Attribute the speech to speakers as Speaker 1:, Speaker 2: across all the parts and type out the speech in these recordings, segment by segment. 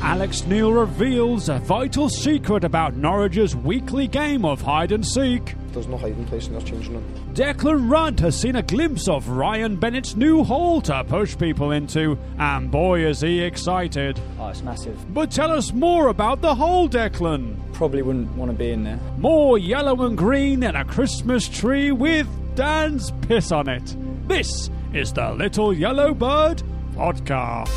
Speaker 1: Alex Neil reveals a vital secret about Norwich's weekly game of hide and seek.
Speaker 2: There's no hiding place in this changing room.
Speaker 1: Declan Rudd has seen a glimpse of Ryan Bennett's new hole to push people into, and boy is he excited.
Speaker 3: Oh, it's massive.
Speaker 1: But tell us more about the hole, Declan.
Speaker 3: Probably wouldn't want to be in there.
Speaker 1: More yellow and green than a Christmas tree with Dan's piss on it. This is the Little Yellow Bird Podcast.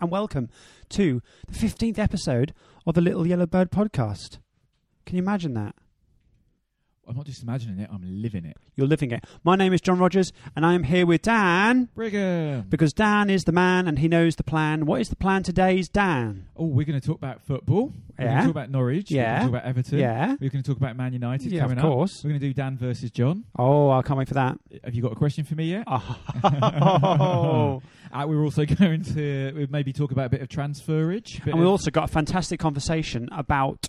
Speaker 4: and welcome to the 15th episode of the Little Yellow Bird podcast. Can you imagine that?
Speaker 5: I'm not just imagining it, I'm living it.
Speaker 4: You're living it. My name is John Rogers, and I am here with Dan
Speaker 5: Brigham!
Speaker 4: because Dan is the man and he knows the plan. What is the plan today's Dan?
Speaker 5: Oh, we're going to talk about football. We're going
Speaker 4: Yeah.
Speaker 5: to talk about Norwich.
Speaker 4: Yeah.
Speaker 5: We're going to talk about Everton.
Speaker 4: Yeah.
Speaker 5: We're going to talk about Man United
Speaker 4: Yeah, of
Speaker 5: coming up.
Speaker 4: course.
Speaker 5: We're going to do Dan versus John.
Speaker 4: Oh, I can't wait for that.
Speaker 5: Have you got a question for me yet?
Speaker 4: Uh, Oh.
Speaker 5: Uh, we're also going to we'll maybe talk about a bit of transferage. Bit
Speaker 4: and we
Speaker 5: of-
Speaker 4: also got a fantastic conversation about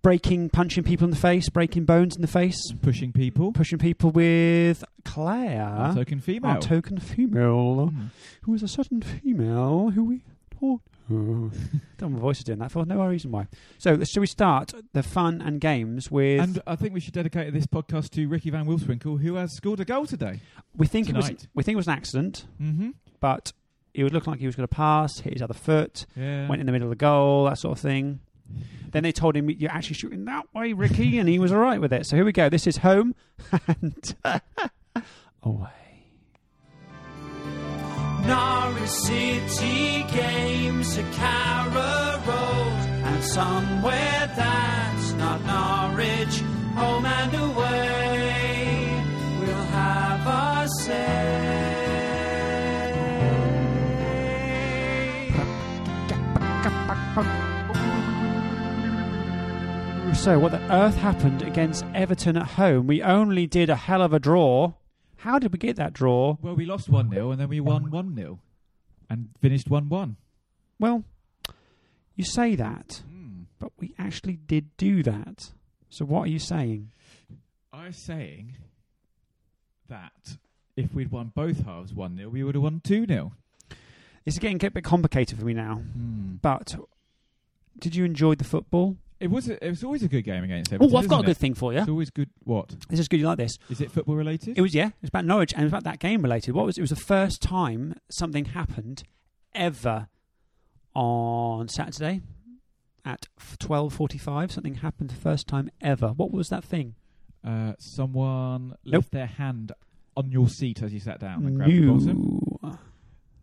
Speaker 4: breaking, punching people in the face, breaking bones in the face,
Speaker 5: pushing people.
Speaker 4: pushing people with
Speaker 5: Our
Speaker 4: Claire.
Speaker 5: token female.
Speaker 4: Our token female,
Speaker 5: Mm.
Speaker 4: who is a certain female who we taught. Don't know my voice is doing that for no reason why. So, shall we start the fun and games with?
Speaker 5: And I think we should dedicate this podcast to Ricky Van Wilswinkle, who has scored a goal today.
Speaker 4: we think it was
Speaker 5: tonight.
Speaker 4: we think it was an accident,
Speaker 5: Mm-hmm.
Speaker 4: but it was looking like he was going to pass, hit his other foot,
Speaker 5: Yeah.
Speaker 4: went in the middle of the goal, that sort of thing. Then they told him you're actually shooting that way, Ricky, and he was all right with it. So here we go. This is home and away.
Speaker 6: Norwich City games at Carrow Road, and somewhere that's not Norwich, home and away, we'll have our say.
Speaker 4: So, what the earth happened against Everton at home? We only did a hell of a draw. How did we get that draw?
Speaker 5: well, we lost 1 0 and then we won 1 0 and finished 1 1.
Speaker 4: Well, you say that, but we actually did do that. So, what are you saying?
Speaker 5: I'm saying that if we'd won both halves 1 0, we would have won 2 0.
Speaker 4: It's getting a bit complicated for me now. But did you enjoy the football?
Speaker 5: It was a, it was always a good game against Everton.
Speaker 4: Oh, I've got a
Speaker 5: isn't
Speaker 4: good
Speaker 5: it?
Speaker 4: thing for
Speaker 5: It's
Speaker 4: you.
Speaker 5: always good. What?
Speaker 4: This is good. You like this?
Speaker 5: Is it football related?
Speaker 4: It was yeah. It was about Norwich and it was about that game related. What was it? Was the first time something happened ever on Saturday at twelve forty-five. Something happened the first time ever. What was that thing?
Speaker 5: uh, someone
Speaker 4: Nope.
Speaker 5: left their hand on your seat as you sat down and grabbed the bottom.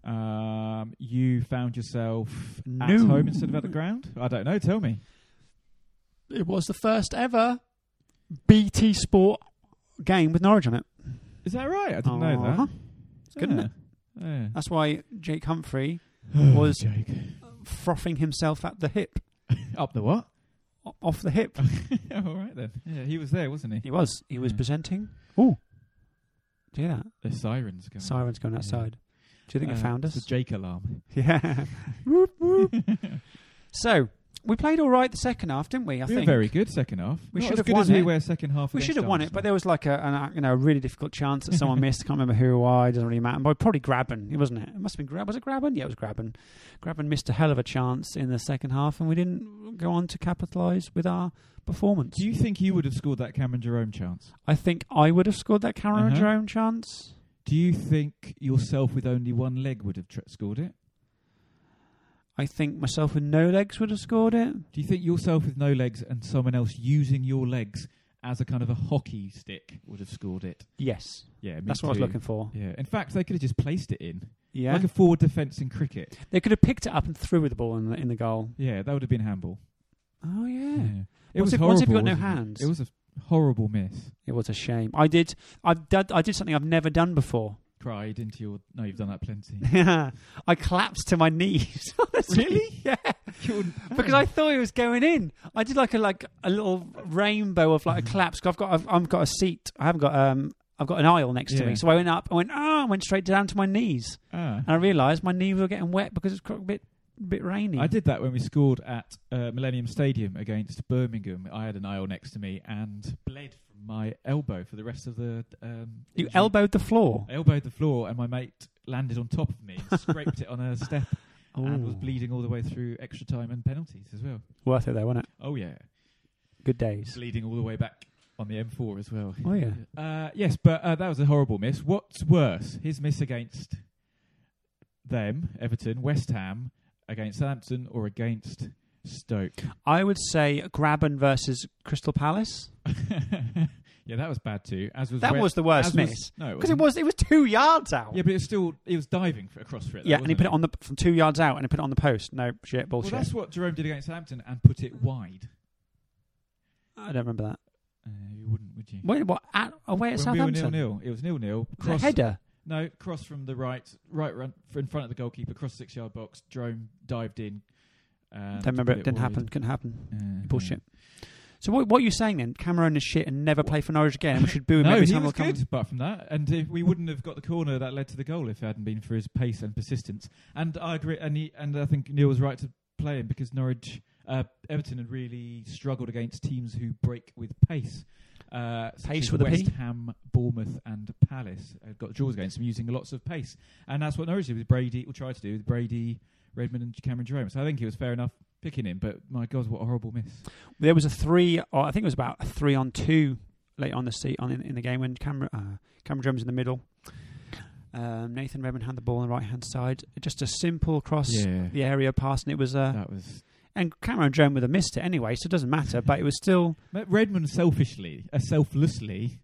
Speaker 4: No.
Speaker 5: Um, you found yourself at
Speaker 4: No.
Speaker 5: home instead of at the ground? I don't know. Tell me.
Speaker 4: It was the first ever BT Sport game with Norwich on it.
Speaker 5: Is that right? I didn't know
Speaker 4: Uh-huh.
Speaker 5: that.
Speaker 4: It's good, isn't it?
Speaker 5: Yeah.
Speaker 4: That's why Jake Humphrey
Speaker 5: Yeah.
Speaker 4: Was-
Speaker 5: Jake.
Speaker 4: frothing himself at the hip,
Speaker 5: up the what?
Speaker 4: o- off the hip.
Speaker 5: All right then. Yeah, he was there, wasn't he?
Speaker 4: He was. He was
Speaker 5: Yeah.
Speaker 4: presenting. Oh, do you hear that?
Speaker 5: The sirens going.
Speaker 4: Sirens going
Speaker 5: Yeah.
Speaker 4: outside. Do you think
Speaker 5: Uh,
Speaker 4: it found
Speaker 5: it's
Speaker 4: us?
Speaker 5: The Jake alarm.
Speaker 4: Yeah. so we played all right the second half, didn't we? I
Speaker 5: we
Speaker 4: think
Speaker 5: were very good second half.
Speaker 4: We
Speaker 5: Not
Speaker 4: should
Speaker 5: as
Speaker 4: have
Speaker 5: good
Speaker 4: won
Speaker 5: as we
Speaker 4: it.
Speaker 5: were second half.
Speaker 4: we
Speaker 5: against
Speaker 4: should have won it,
Speaker 5: Arsenal.
Speaker 4: but there was like a an, uh, you know a really difficult chance that someone missed. Can't remember who or why. Doesn't really matter. But probably Graben, it wasn't it? It must have been Grab. Was it Graben? Yeah, it was Graben. Graben missed a hell of a chance in the second half, and we didn't go on to capitalise with our performance.
Speaker 5: Do you think you would have scored that Cameron Jerome chance?
Speaker 4: I think I would have scored that Cameron
Speaker 5: Uh-huh.
Speaker 4: Jerome chance.
Speaker 5: Do you think yourself with only one leg would have tr- scored it?
Speaker 4: I think myself with no legs would have scored it.
Speaker 5: Do you think yourself with no legs and someone else using your legs as a kind of a hockey stick would have scored it?
Speaker 4: Yes,
Speaker 5: Yeah, me
Speaker 4: that's what I was
Speaker 5: too.
Speaker 4: looking for.
Speaker 5: Yeah. In fact, they could have just placed it in
Speaker 4: Yeah,
Speaker 5: like a forward defence in cricket.
Speaker 4: they could have picked it up and threw the ball in the, in the goal.
Speaker 5: Yeah, that would have been handball.
Speaker 4: Oh yeah.
Speaker 5: It
Speaker 4: Once
Speaker 5: was
Speaker 4: if-
Speaker 5: horrible.
Speaker 4: once if you've got no
Speaker 5: wasn't it?
Speaker 4: hands.
Speaker 5: It was a horrible miss.
Speaker 4: It was a shame. I did. I did. I did something I've never done before.
Speaker 5: cried into your. No, you've done that plenty.
Speaker 4: I collapsed to my knees. honestly.
Speaker 5: Really?
Speaker 4: Yeah. Because I thought it was going in. I did like a like a little rainbow of like a collapse. 'Cause I've got I've, I've got a seat. I haven't got um I've got an aisle next to
Speaker 5: Yeah.
Speaker 4: me. So I went up. I went ah. I went straight down to my knees,
Speaker 5: Ah.
Speaker 4: and I realised my knees were getting wet because it's quite a bit bit rainy.
Speaker 5: I did that when we scored at uh, Millennium Stadium against Birmingham. I had an aisle next to me and bled from my elbow for the rest of the. Um,
Speaker 4: You
Speaker 5: injury.
Speaker 4: elbowed the floor.
Speaker 5: I elbowed the floor, and my mate landed on top of me and scraped it on a step and was
Speaker 4: Ooh.
Speaker 5: bleeding all the way through extra time and penalties as well.
Speaker 4: Worth it though, wasn't it?
Speaker 5: Oh yeah,
Speaker 4: Good days.
Speaker 5: bleeding all the way back on the M4 as well.
Speaker 4: Oh yeah.
Speaker 5: Uh, yes, but uh, that was a horrible miss. What's worse, his miss against them, Everton, West Ham, against Southampton, or against Stoke?
Speaker 4: I would say Graben versus Crystal Palace
Speaker 5: yeah, that was bad too. As was
Speaker 4: That
Speaker 5: Wes-
Speaker 4: was Mm. the worst
Speaker 5: as
Speaker 4: miss.
Speaker 5: no,
Speaker 4: because it
Speaker 5: wasn't.
Speaker 4: was it was two yards out.
Speaker 5: Yeah, but it was still he was diving for, across for it. Though,
Speaker 4: Yeah, and he
Speaker 5: wasn't
Speaker 4: put it on the from two yards out, and he put it on the post. No shit,
Speaker 5: Well,
Speaker 4: bullshit.
Speaker 5: that's what Jerome did against Southampton and put it wide.
Speaker 4: I don't remember that.
Speaker 5: Uh, you wouldn't, would you?
Speaker 4: Wait, what? At, away at
Speaker 5: when we were
Speaker 4: Southampton.
Speaker 5: nil nil, it was nil nil.
Speaker 4: The header.
Speaker 5: No, cross from the right, right run f- in front of the goalkeeper, cross six yard box. Jerome dived in. Um,
Speaker 4: Don't remember it. Didn't happen. Couldn't happen.
Speaker 5: Uh,
Speaker 4: Bullshit. So what? What are you saying then? Cameron is shit and never play for Norwich again. We should boo him
Speaker 5: No,
Speaker 4: every
Speaker 5: he
Speaker 4: time
Speaker 5: was
Speaker 4: we come.
Speaker 5: good apart from that, and if we wouldn't have got the corner that led to the goal if it hadn't been for his pace and persistence. And I agree, and he, and I think Neil was right to play him because Norwich, uh, Everton had really struggled against teams who break with pace. Uh, such
Speaker 4: Pace
Speaker 5: as
Speaker 4: with a P?
Speaker 5: West Ham, Bournemouth, and Palace have got draws against them using lots of pace, and that's what Norwich did with Brady. Will try to do with Brady, Redmond, and Cameron Jerome. So I think it was fair enough picking him, but my God, what a horrible miss!
Speaker 4: There was a three. Or I think it was about a three on two late on the seat on in, in the game when Cameron uh, Cameron Jones in the middle. Um, Nathan Redmond had the ball on the right hand side. Just a simple cross
Speaker 5: Yeah.
Speaker 4: the area pass, and it was uh,
Speaker 5: That was
Speaker 4: and Cameron Jones would have missed it anyway, so it doesn't matter. but it was still
Speaker 5: Ma- Redmond selfishly, uh, selflessly,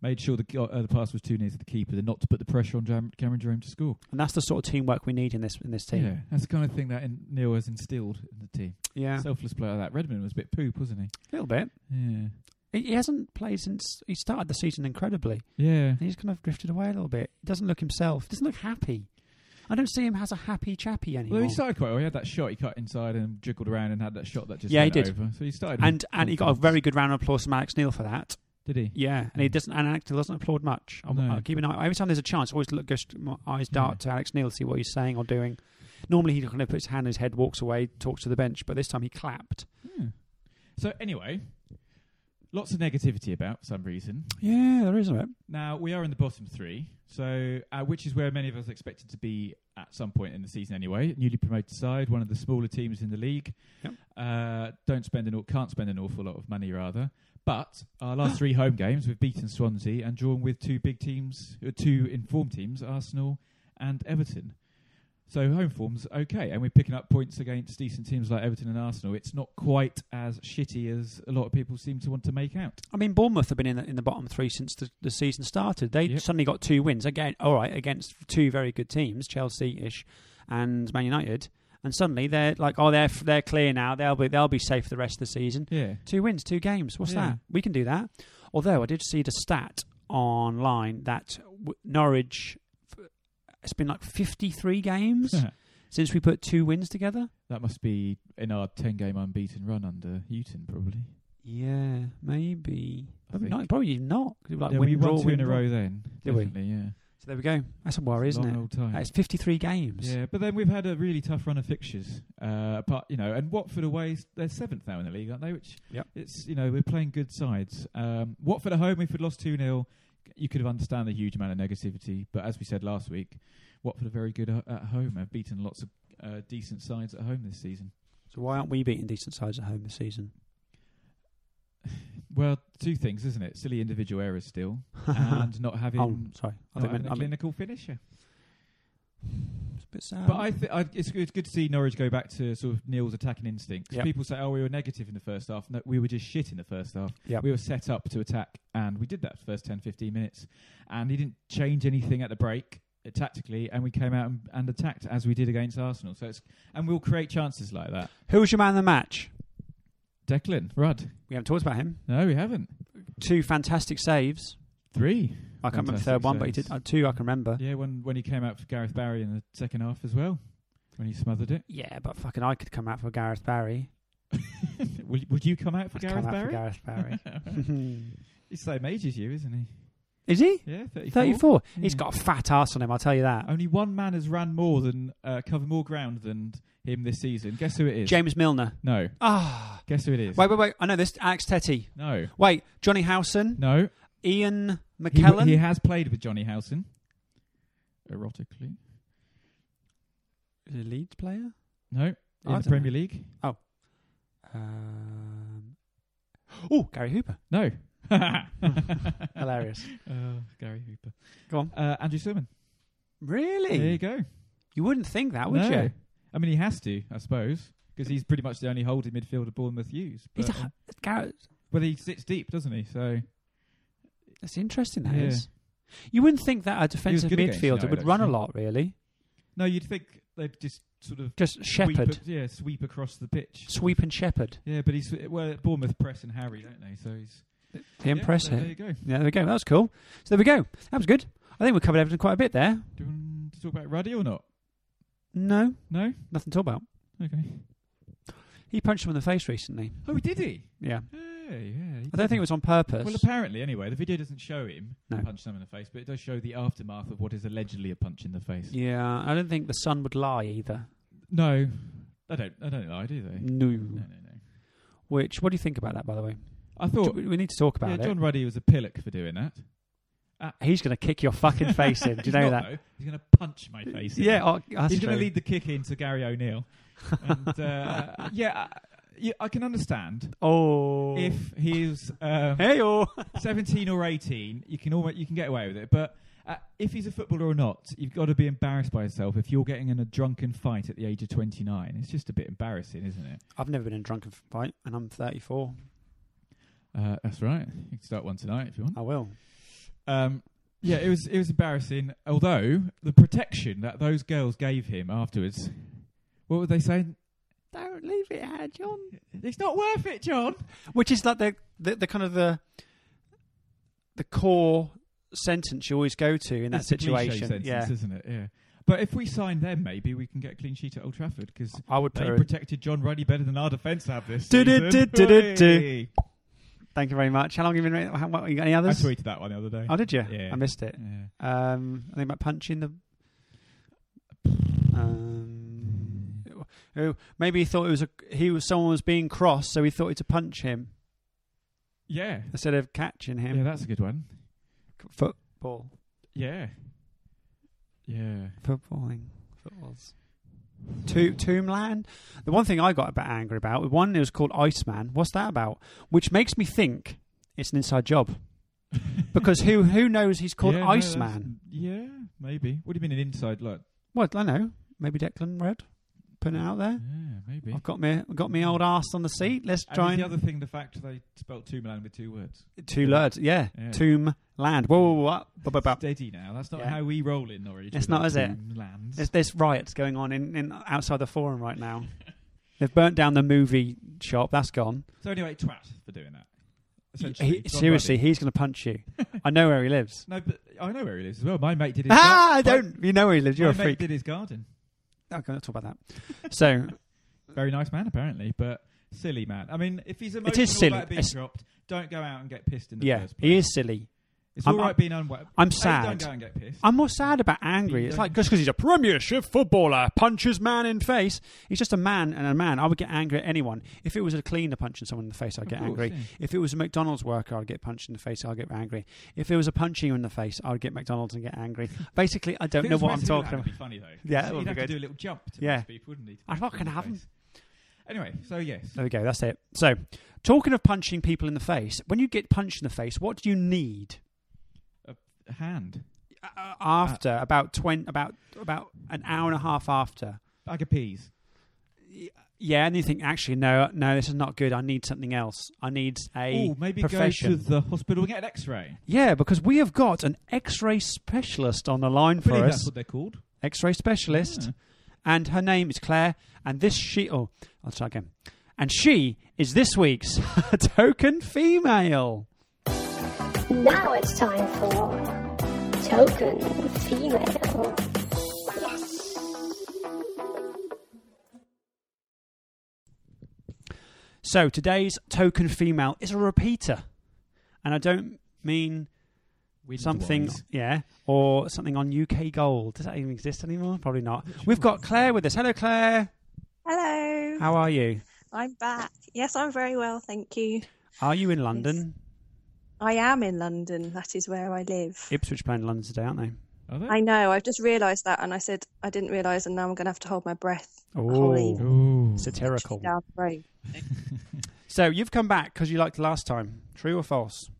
Speaker 5: made sure the go- uh, the pass was too near to the keeper, and not to put the pressure on Jam- Cameron Jerome to score.
Speaker 4: and that's the sort of teamwork we need in this in this team.
Speaker 5: Yeah, that's the kind of thing that in- Neil has instilled in the team.
Speaker 4: Yeah,
Speaker 5: Selfless player like that. Redmond was a bit poop, wasn't he?
Speaker 4: a little bit.
Speaker 5: Yeah,
Speaker 4: He he hasn't played since he started the season incredibly.
Speaker 5: yeah.
Speaker 4: And he's kind of drifted away a little bit. He doesn't look himself. He doesn't look happy. I don't see him as a happy chappy anymore.
Speaker 5: Well, he started quite well. He had that shot. He cut inside and jiggled around and had that shot that just
Speaker 4: Yeah, he
Speaker 5: went
Speaker 4: did.
Speaker 5: over. So he started.
Speaker 4: and and he got a
Speaker 5: confidence.
Speaker 4: very good round of applause from Alex Neil for that.
Speaker 5: did he?
Speaker 4: Yeah, and he doesn't and Alex Neil doesn't applaud much. I,
Speaker 5: Mm. No. Mm.
Speaker 4: I keep an eye every time there's a chance. I always look just my eyes dart to Alex Neil to see what he's saying or doing. Normally he kind of puts his hand on his head, walks away, talks to the bench, but this time he clapped.
Speaker 5: Yeah. So anyway, lots of negativity about some reason.
Speaker 4: Yeah, there is a bit.
Speaker 5: Now we are in the bottom three, so uh, which is where many of us expected to be at some point in the season anyway. Newly promoted side, one of the smaller teams in the league.
Speaker 4: Yep.
Speaker 5: Uh, don't spend an aw- can't spend an awful lot of money rather. But our last three home games, we've beaten Swansea and drawn with two big teams, uh, two informed teams, Arsenal and Everton. So home form's okay, and we're picking up points against decent teams like Everton and Arsenal. It's not quite as shitty as a lot of people seem to want to make out.
Speaker 4: I mean, Bournemouth have been in the, in the bottom three since the, the season started. They
Speaker 5: Yep.
Speaker 4: suddenly got two wins again. All right, against two very good teams, Chelsea ish and Man United, and suddenly they're like, oh, they're they're clear now. They'll be they'll be safe for the rest of the season.
Speaker 5: Yeah.
Speaker 4: Two wins, two games. What's
Speaker 5: Yeah.
Speaker 4: that? We can do that. Although I did see the stat online that w- Norwich, f- it's been like fifty-three games since we put two wins together.
Speaker 5: That must be in our 10 game unbeaten run under Houghton, probably.
Speaker 4: Yeah, maybe.
Speaker 5: I
Speaker 4: Probably
Speaker 5: think.
Speaker 4: not. Probably not. 'cause it was like
Speaker 5: yeah,
Speaker 4: win,
Speaker 5: we
Speaker 4: draw,
Speaker 5: won two
Speaker 4: win,
Speaker 5: in a
Speaker 4: draw.
Speaker 5: row then.
Speaker 4: Did we?
Speaker 5: Definitely, yeah.
Speaker 4: So there we go. That's a worry, isn't
Speaker 5: Long
Speaker 4: it?
Speaker 5: old time.
Speaker 4: It's 53 games.
Speaker 5: yeah, but then we've had a really tough run of fixtures. Uh, apart, you know, and Watford away, they're seventh now in the league, aren't they? Which
Speaker 4: Yep.
Speaker 5: it's you know we're playing good sides. Um, Watford at home, if we'd lost two 0 you could have understand the huge amount of negativity. But as we said last week, Watford are very good at, at home. Have beaten lots of uh, decent sides at home this season.
Speaker 4: So why aren't we beating decent sides at home this season?
Speaker 5: Well, two things, isn't it? Silly individual errors still, and not having
Speaker 4: oh, sorry. I
Speaker 5: not
Speaker 4: think
Speaker 5: having
Speaker 4: meant,
Speaker 5: a
Speaker 4: I meant,
Speaker 5: clinical finisher.
Speaker 4: it's a bit sad.
Speaker 5: But I, th- I it's good, good to see Norwich go back to sort of Neil's attacking instincts.
Speaker 4: Yep.
Speaker 5: People say, "Oh, we were negative in the first half. No, we were just shit in the first half.
Speaker 4: Yep.
Speaker 5: We were set up to attack, and we did that for the first 10, 15 minutes. And he didn't change anything at the break uh, tactically, and we came out and, and attacked as we did against Arsenal. So it's and we'll create chances like that.
Speaker 4: Who was your man of the match?
Speaker 5: Declan Rudd.
Speaker 4: We haven't talked about him.
Speaker 5: No, we haven't.
Speaker 4: Two fantastic saves.
Speaker 5: Three.
Speaker 4: I can't remember the
Speaker 5: Fantastic
Speaker 4: third one, but he
Speaker 5: saves.
Speaker 4: did uh, two. I can remember.
Speaker 5: Yeah, when when he came out for Gareth Barry in the second half as well, when he smothered it.
Speaker 4: Yeah, but fucking I could come out for Gareth Barry.
Speaker 5: would, would you come out for
Speaker 4: I'd
Speaker 5: Gareth
Speaker 4: come
Speaker 5: Barry?
Speaker 4: out for Gareth Barry.
Speaker 5: He's the same age as you, isn't he?
Speaker 4: Is he?
Speaker 5: Yeah, 34.
Speaker 4: 34. He's
Speaker 5: Yeah. Oh,
Speaker 4: got a fat ass on him, I'll tell you that.
Speaker 5: Only one man has ran more than uh, covered more ground than him this season. Guess who it is?
Speaker 4: James Milner.
Speaker 5: no.
Speaker 4: Ah.
Speaker 5: Guess who it is?
Speaker 4: Wait, wait, wait. I know this. Alex Tetty.
Speaker 5: No.
Speaker 4: Wait, Johnny Howson.
Speaker 5: No.
Speaker 4: Ian
Speaker 5: Mm. He,
Speaker 4: McKellen.
Speaker 5: he has played with Johnny Howson. Erotically.
Speaker 4: Is he a Leeds player?
Speaker 5: No.
Speaker 4: I
Speaker 5: In
Speaker 4: don't
Speaker 5: the Premier League.
Speaker 4: Um, oh, Gary Hooper.
Speaker 5: No.
Speaker 4: Hilarious.
Speaker 5: Oh, Gary Hooper.
Speaker 4: Go on.
Speaker 5: Uh, Andrew Silliman.
Speaker 4: Really?
Speaker 5: There you go.
Speaker 4: You wouldn't think that, would
Speaker 5: No.
Speaker 4: you?
Speaker 5: I mean, he has to, I suppose, because he's pretty much the only holding midfielder Bournemouth use.
Speaker 4: He's
Speaker 5: But,
Speaker 4: a, Gareth,
Speaker 5: but he sits deep, doesn't he? So
Speaker 4: that's interesting, That is.
Speaker 5: Yeah.
Speaker 4: You wouldn't think that a defensive
Speaker 5: good against
Speaker 4: midfielder would
Speaker 5: United,
Speaker 4: run a
Speaker 5: actually.
Speaker 4: lot, really.
Speaker 5: no, you'd think they'd just sort of
Speaker 4: Just
Speaker 5: Sweep,
Speaker 4: shepherd.
Speaker 5: ac- yeah, sweep across the pitch.
Speaker 4: Sweep and shepherd.
Speaker 5: Yeah, but he's well Bournemouth press and Harry, don't they? So he's
Speaker 4: They impress
Speaker 5: Yeah, so
Speaker 4: him.
Speaker 5: there you go.
Speaker 4: Yeah, there we go. That was cool. So there we go. That was good. I think we covered everything quite a bit there.
Speaker 5: Do you want to talk about Ruddy or not?
Speaker 4: No,
Speaker 5: No.
Speaker 4: nothing to talk about.
Speaker 5: Okay.
Speaker 4: He punched him in the face recently.
Speaker 5: Oh, did he?
Speaker 4: Yeah.
Speaker 5: Yeah, yeah. he
Speaker 4: I don't
Speaker 5: did.
Speaker 4: think it was on purpose.
Speaker 5: Well, apparently, anyway, the video doesn't show him
Speaker 4: No.
Speaker 5: punch someone in the face, but it does show the aftermath of what is allegedly a punch in the face.
Speaker 4: yeah, I don't think the sun would lie either.
Speaker 5: No, I don't. I don't lie, do they?
Speaker 4: No.
Speaker 5: No, no, no.
Speaker 4: Which, what do you think about that, by the way?
Speaker 5: I thought
Speaker 4: we, we need to talk
Speaker 5: yeah,
Speaker 4: about
Speaker 5: John Ruddy was a pillock for doing that.
Speaker 4: it. He's going to kick your fucking face in. Do you
Speaker 5: He's
Speaker 4: know
Speaker 5: not,
Speaker 4: that?
Speaker 5: though. He's going to punch my face. in.
Speaker 4: Yeah, oh, that's
Speaker 5: he's going
Speaker 4: true.
Speaker 5: to lead the kick in to Gary O'Neill. And, uh, yeah, I, yeah, I can understand
Speaker 4: Oh.
Speaker 5: if he's um,
Speaker 4: hey, oh.
Speaker 5: 17 or 18, you can almost, you can get away with it. But uh, if he's a footballer or not, you've got to be embarrassed by yourself if you're getting in a drunken fight at the age of 29. It's just a bit embarrassing, isn't it?
Speaker 4: I've never been in a drunken fight, and I'm 34.
Speaker 5: Uh, that's right. You can start one tonight if you want.
Speaker 4: I will.
Speaker 5: Um, yeah, it was it was embarrassing. Although the protection that those girls gave him afterwards, what were they saying?
Speaker 4: Don't leave it here, John.
Speaker 5: It's not worth it, John.
Speaker 4: Which is like the, the, the kind of the the core sentence you always go to in that
Speaker 5: It's a cliche
Speaker 4: situation.
Speaker 5: sentence,
Speaker 4: yeah.
Speaker 5: isn't it? Yeah. But if we sign them, maybe we can get a clean sheet at Old Trafford because
Speaker 4: I would put
Speaker 5: they
Speaker 4: her in.
Speaker 5: protected John Ruddy better than our defence have this
Speaker 4: Do, do,
Speaker 5: season.
Speaker 4: do, do, do, do.
Speaker 5: Hey!
Speaker 4: Thank you very much. How long have you been? How, what, you got any
Speaker 5: I
Speaker 4: others?
Speaker 5: tweeted that one the other day.
Speaker 4: Oh, did you?
Speaker 5: Yeah.
Speaker 4: I missed it.
Speaker 5: yeah.
Speaker 4: Um, I think about punching the. Um, oh, maybe he thought it was a he was someone was being cross, so he thought to punch him
Speaker 5: yeah,
Speaker 4: instead of catching him.
Speaker 5: yeah, that's a good one.
Speaker 4: Football,
Speaker 5: Yeah, yeah.
Speaker 4: footballing, footballs. To- Tombland. The one thing I got a bit angry about one it was called Iceman. What's that about? Which makes me think it's an inside job because who who knows he's called
Speaker 5: Yeah, no, that's-
Speaker 4: Iceman?
Speaker 5: yeah, maybe. What do you mean an inside look?
Speaker 4: Well, I know. Maybe Declan Red putting it out there.
Speaker 5: Yeah, maybe.
Speaker 4: I've got me got me old ass on the seat. Let's
Speaker 5: And
Speaker 4: try
Speaker 5: is
Speaker 4: and
Speaker 5: the other thing, the fact they spelt two Milan with two words.
Speaker 4: two lurd. Yeah.
Speaker 5: Yeah.
Speaker 4: tomb land. Whoa, whoa, whoa, up, up, up, up.
Speaker 5: Steady now. That's not
Speaker 4: Yeah.
Speaker 5: how we roll in Norwich.
Speaker 4: It's not,
Speaker 5: without
Speaker 4: is it?
Speaker 5: two Milans.
Speaker 4: There's, there's riots going on in, in outside the forum right now. They've burnt down the movie shop. That's gone.
Speaker 5: So anyway, twat for doing that.
Speaker 4: He,
Speaker 5: Essentially, John
Speaker 4: seriously,
Speaker 5: Ruddy.
Speaker 4: he's going to punch you. I know where he lives.
Speaker 5: No, but I know where he lives as well. My mate did his.
Speaker 4: ah, I
Speaker 5: gar-
Speaker 4: don't. You know where he lives.
Speaker 5: My,
Speaker 4: You're a
Speaker 5: my mate
Speaker 4: freak.
Speaker 5: did his garden.
Speaker 4: Okay, let's talk about that. So
Speaker 5: Very nice man, apparently, but silly man. I mean, if he's emotional
Speaker 4: silly.
Speaker 5: about being
Speaker 4: It's-
Speaker 5: dropped, don't go out and get pissed in the
Speaker 4: yeah,
Speaker 5: first place.
Speaker 4: he is silly.
Speaker 5: It's
Speaker 4: I'm-
Speaker 5: all right
Speaker 4: I'm-
Speaker 5: being unwell.
Speaker 4: I'm
Speaker 5: Don't
Speaker 4: sad.
Speaker 5: go and get pissed.
Speaker 4: I'm more sad about angry. It's like just because he's a Premiership footballer, punches man in face. He's just a man and a man. I would get angry at anyone. If it was a cleaner punching someone in the face, I'd
Speaker 5: Of
Speaker 4: get
Speaker 5: course,
Speaker 4: angry.
Speaker 5: yeah.
Speaker 4: If it was a McDonald's worker, I'd get punched in the face. I'd get angry. If it was a punching you in the face, I'd get McDonald's and get angry. Basically, I don't
Speaker 5: If it
Speaker 4: know
Speaker 5: was
Speaker 4: what I'm
Speaker 5: Messi,
Speaker 4: talking
Speaker 5: That'd
Speaker 4: about.
Speaker 5: be funny though.
Speaker 4: Yeah, that
Speaker 5: so
Speaker 4: would
Speaker 5: he'd
Speaker 4: be
Speaker 5: have
Speaker 4: good.
Speaker 5: to do a little jump to
Speaker 4: Yeah.
Speaker 5: most people, wouldn't he?
Speaker 4: I fucking have 'em.
Speaker 5: Anyway, so yes,
Speaker 4: There we go. That's it. So, talking of punching people in the face, when you get punched in the face, what do you need
Speaker 5: a hand,
Speaker 4: uh, after about twenty, about about an hour and a half after?
Speaker 5: bag of peas.
Speaker 4: yeah, and you think actually no, no, this is not good. I need something else. I need a
Speaker 5: Oh, maybe
Speaker 4: profession.
Speaker 5: go to the hospital and get an X-ray.
Speaker 4: yeah, because we have got an X-ray specialist on the line
Speaker 5: I
Speaker 4: for
Speaker 5: believe
Speaker 4: us.
Speaker 5: that's what they're called.
Speaker 4: X-ray specialist,
Speaker 5: Yeah.
Speaker 4: and her name is Claire. And this she oh, I'll try again. And she is this week's token female.
Speaker 7: Now it's time for Tokens, female.
Speaker 4: So today's token female is a repeater, and I don't mean
Speaker 5: Wind
Speaker 4: something,
Speaker 5: wise.
Speaker 4: yeah, or something on UK Gold. Does that even exist anymore? Probably not. We've got Claire with us. Hello, Claire.
Speaker 8: Hello.
Speaker 4: How are you?
Speaker 8: I'm back. Yes, I'm very well, thank you.
Speaker 4: Are you in London?
Speaker 8: I am in London. That is where I live.
Speaker 4: Ipswich playing London today, aren't they?
Speaker 5: Are they?
Speaker 8: I know. I've just realised that, and I said I didn't realise, and now I'm going to have to hold my breath. the
Speaker 5: Oh,
Speaker 8: whole evening.
Speaker 5: Ooh.
Speaker 4: satirical.
Speaker 8: Down the road.
Speaker 4: So you've come back because you liked last time. True or false?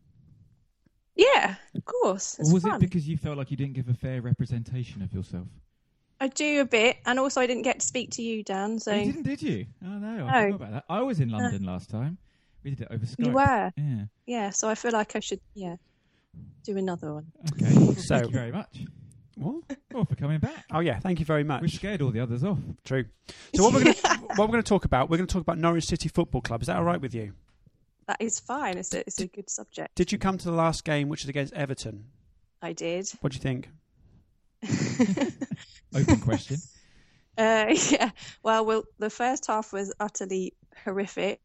Speaker 8: Yeah, of course. It's
Speaker 5: Or was
Speaker 8: fun.
Speaker 5: it because you felt like you didn't give a fair representation of yourself?
Speaker 8: I do a bit, and also I didn't get to speak to you, Dan. So
Speaker 5: You didn't, did you? Oh no, I
Speaker 8: No.
Speaker 5: forgot about that. I was in London last time. We did it over Skype.
Speaker 8: you were.
Speaker 5: Yeah.
Speaker 8: Yeah. So I feel like I should. Yeah. Do another one.
Speaker 5: Okay. Well,
Speaker 4: So-
Speaker 5: Thank you very much.
Speaker 4: What?
Speaker 5: Well, for coming back.
Speaker 4: Oh yeah, thank you very much.
Speaker 5: We scared all the others off.
Speaker 4: True. So what we're going to what we're going to talk about? We're going to talk about Norwich City Football Club. Is that all right with you?
Speaker 8: That is fine. It's a, it's a good subject.
Speaker 4: Did you come to the last game, which is against Everton?
Speaker 8: I did.
Speaker 4: What do you think?
Speaker 5: Open question.
Speaker 8: Uh, yeah. Well, well, the first half was utterly horrific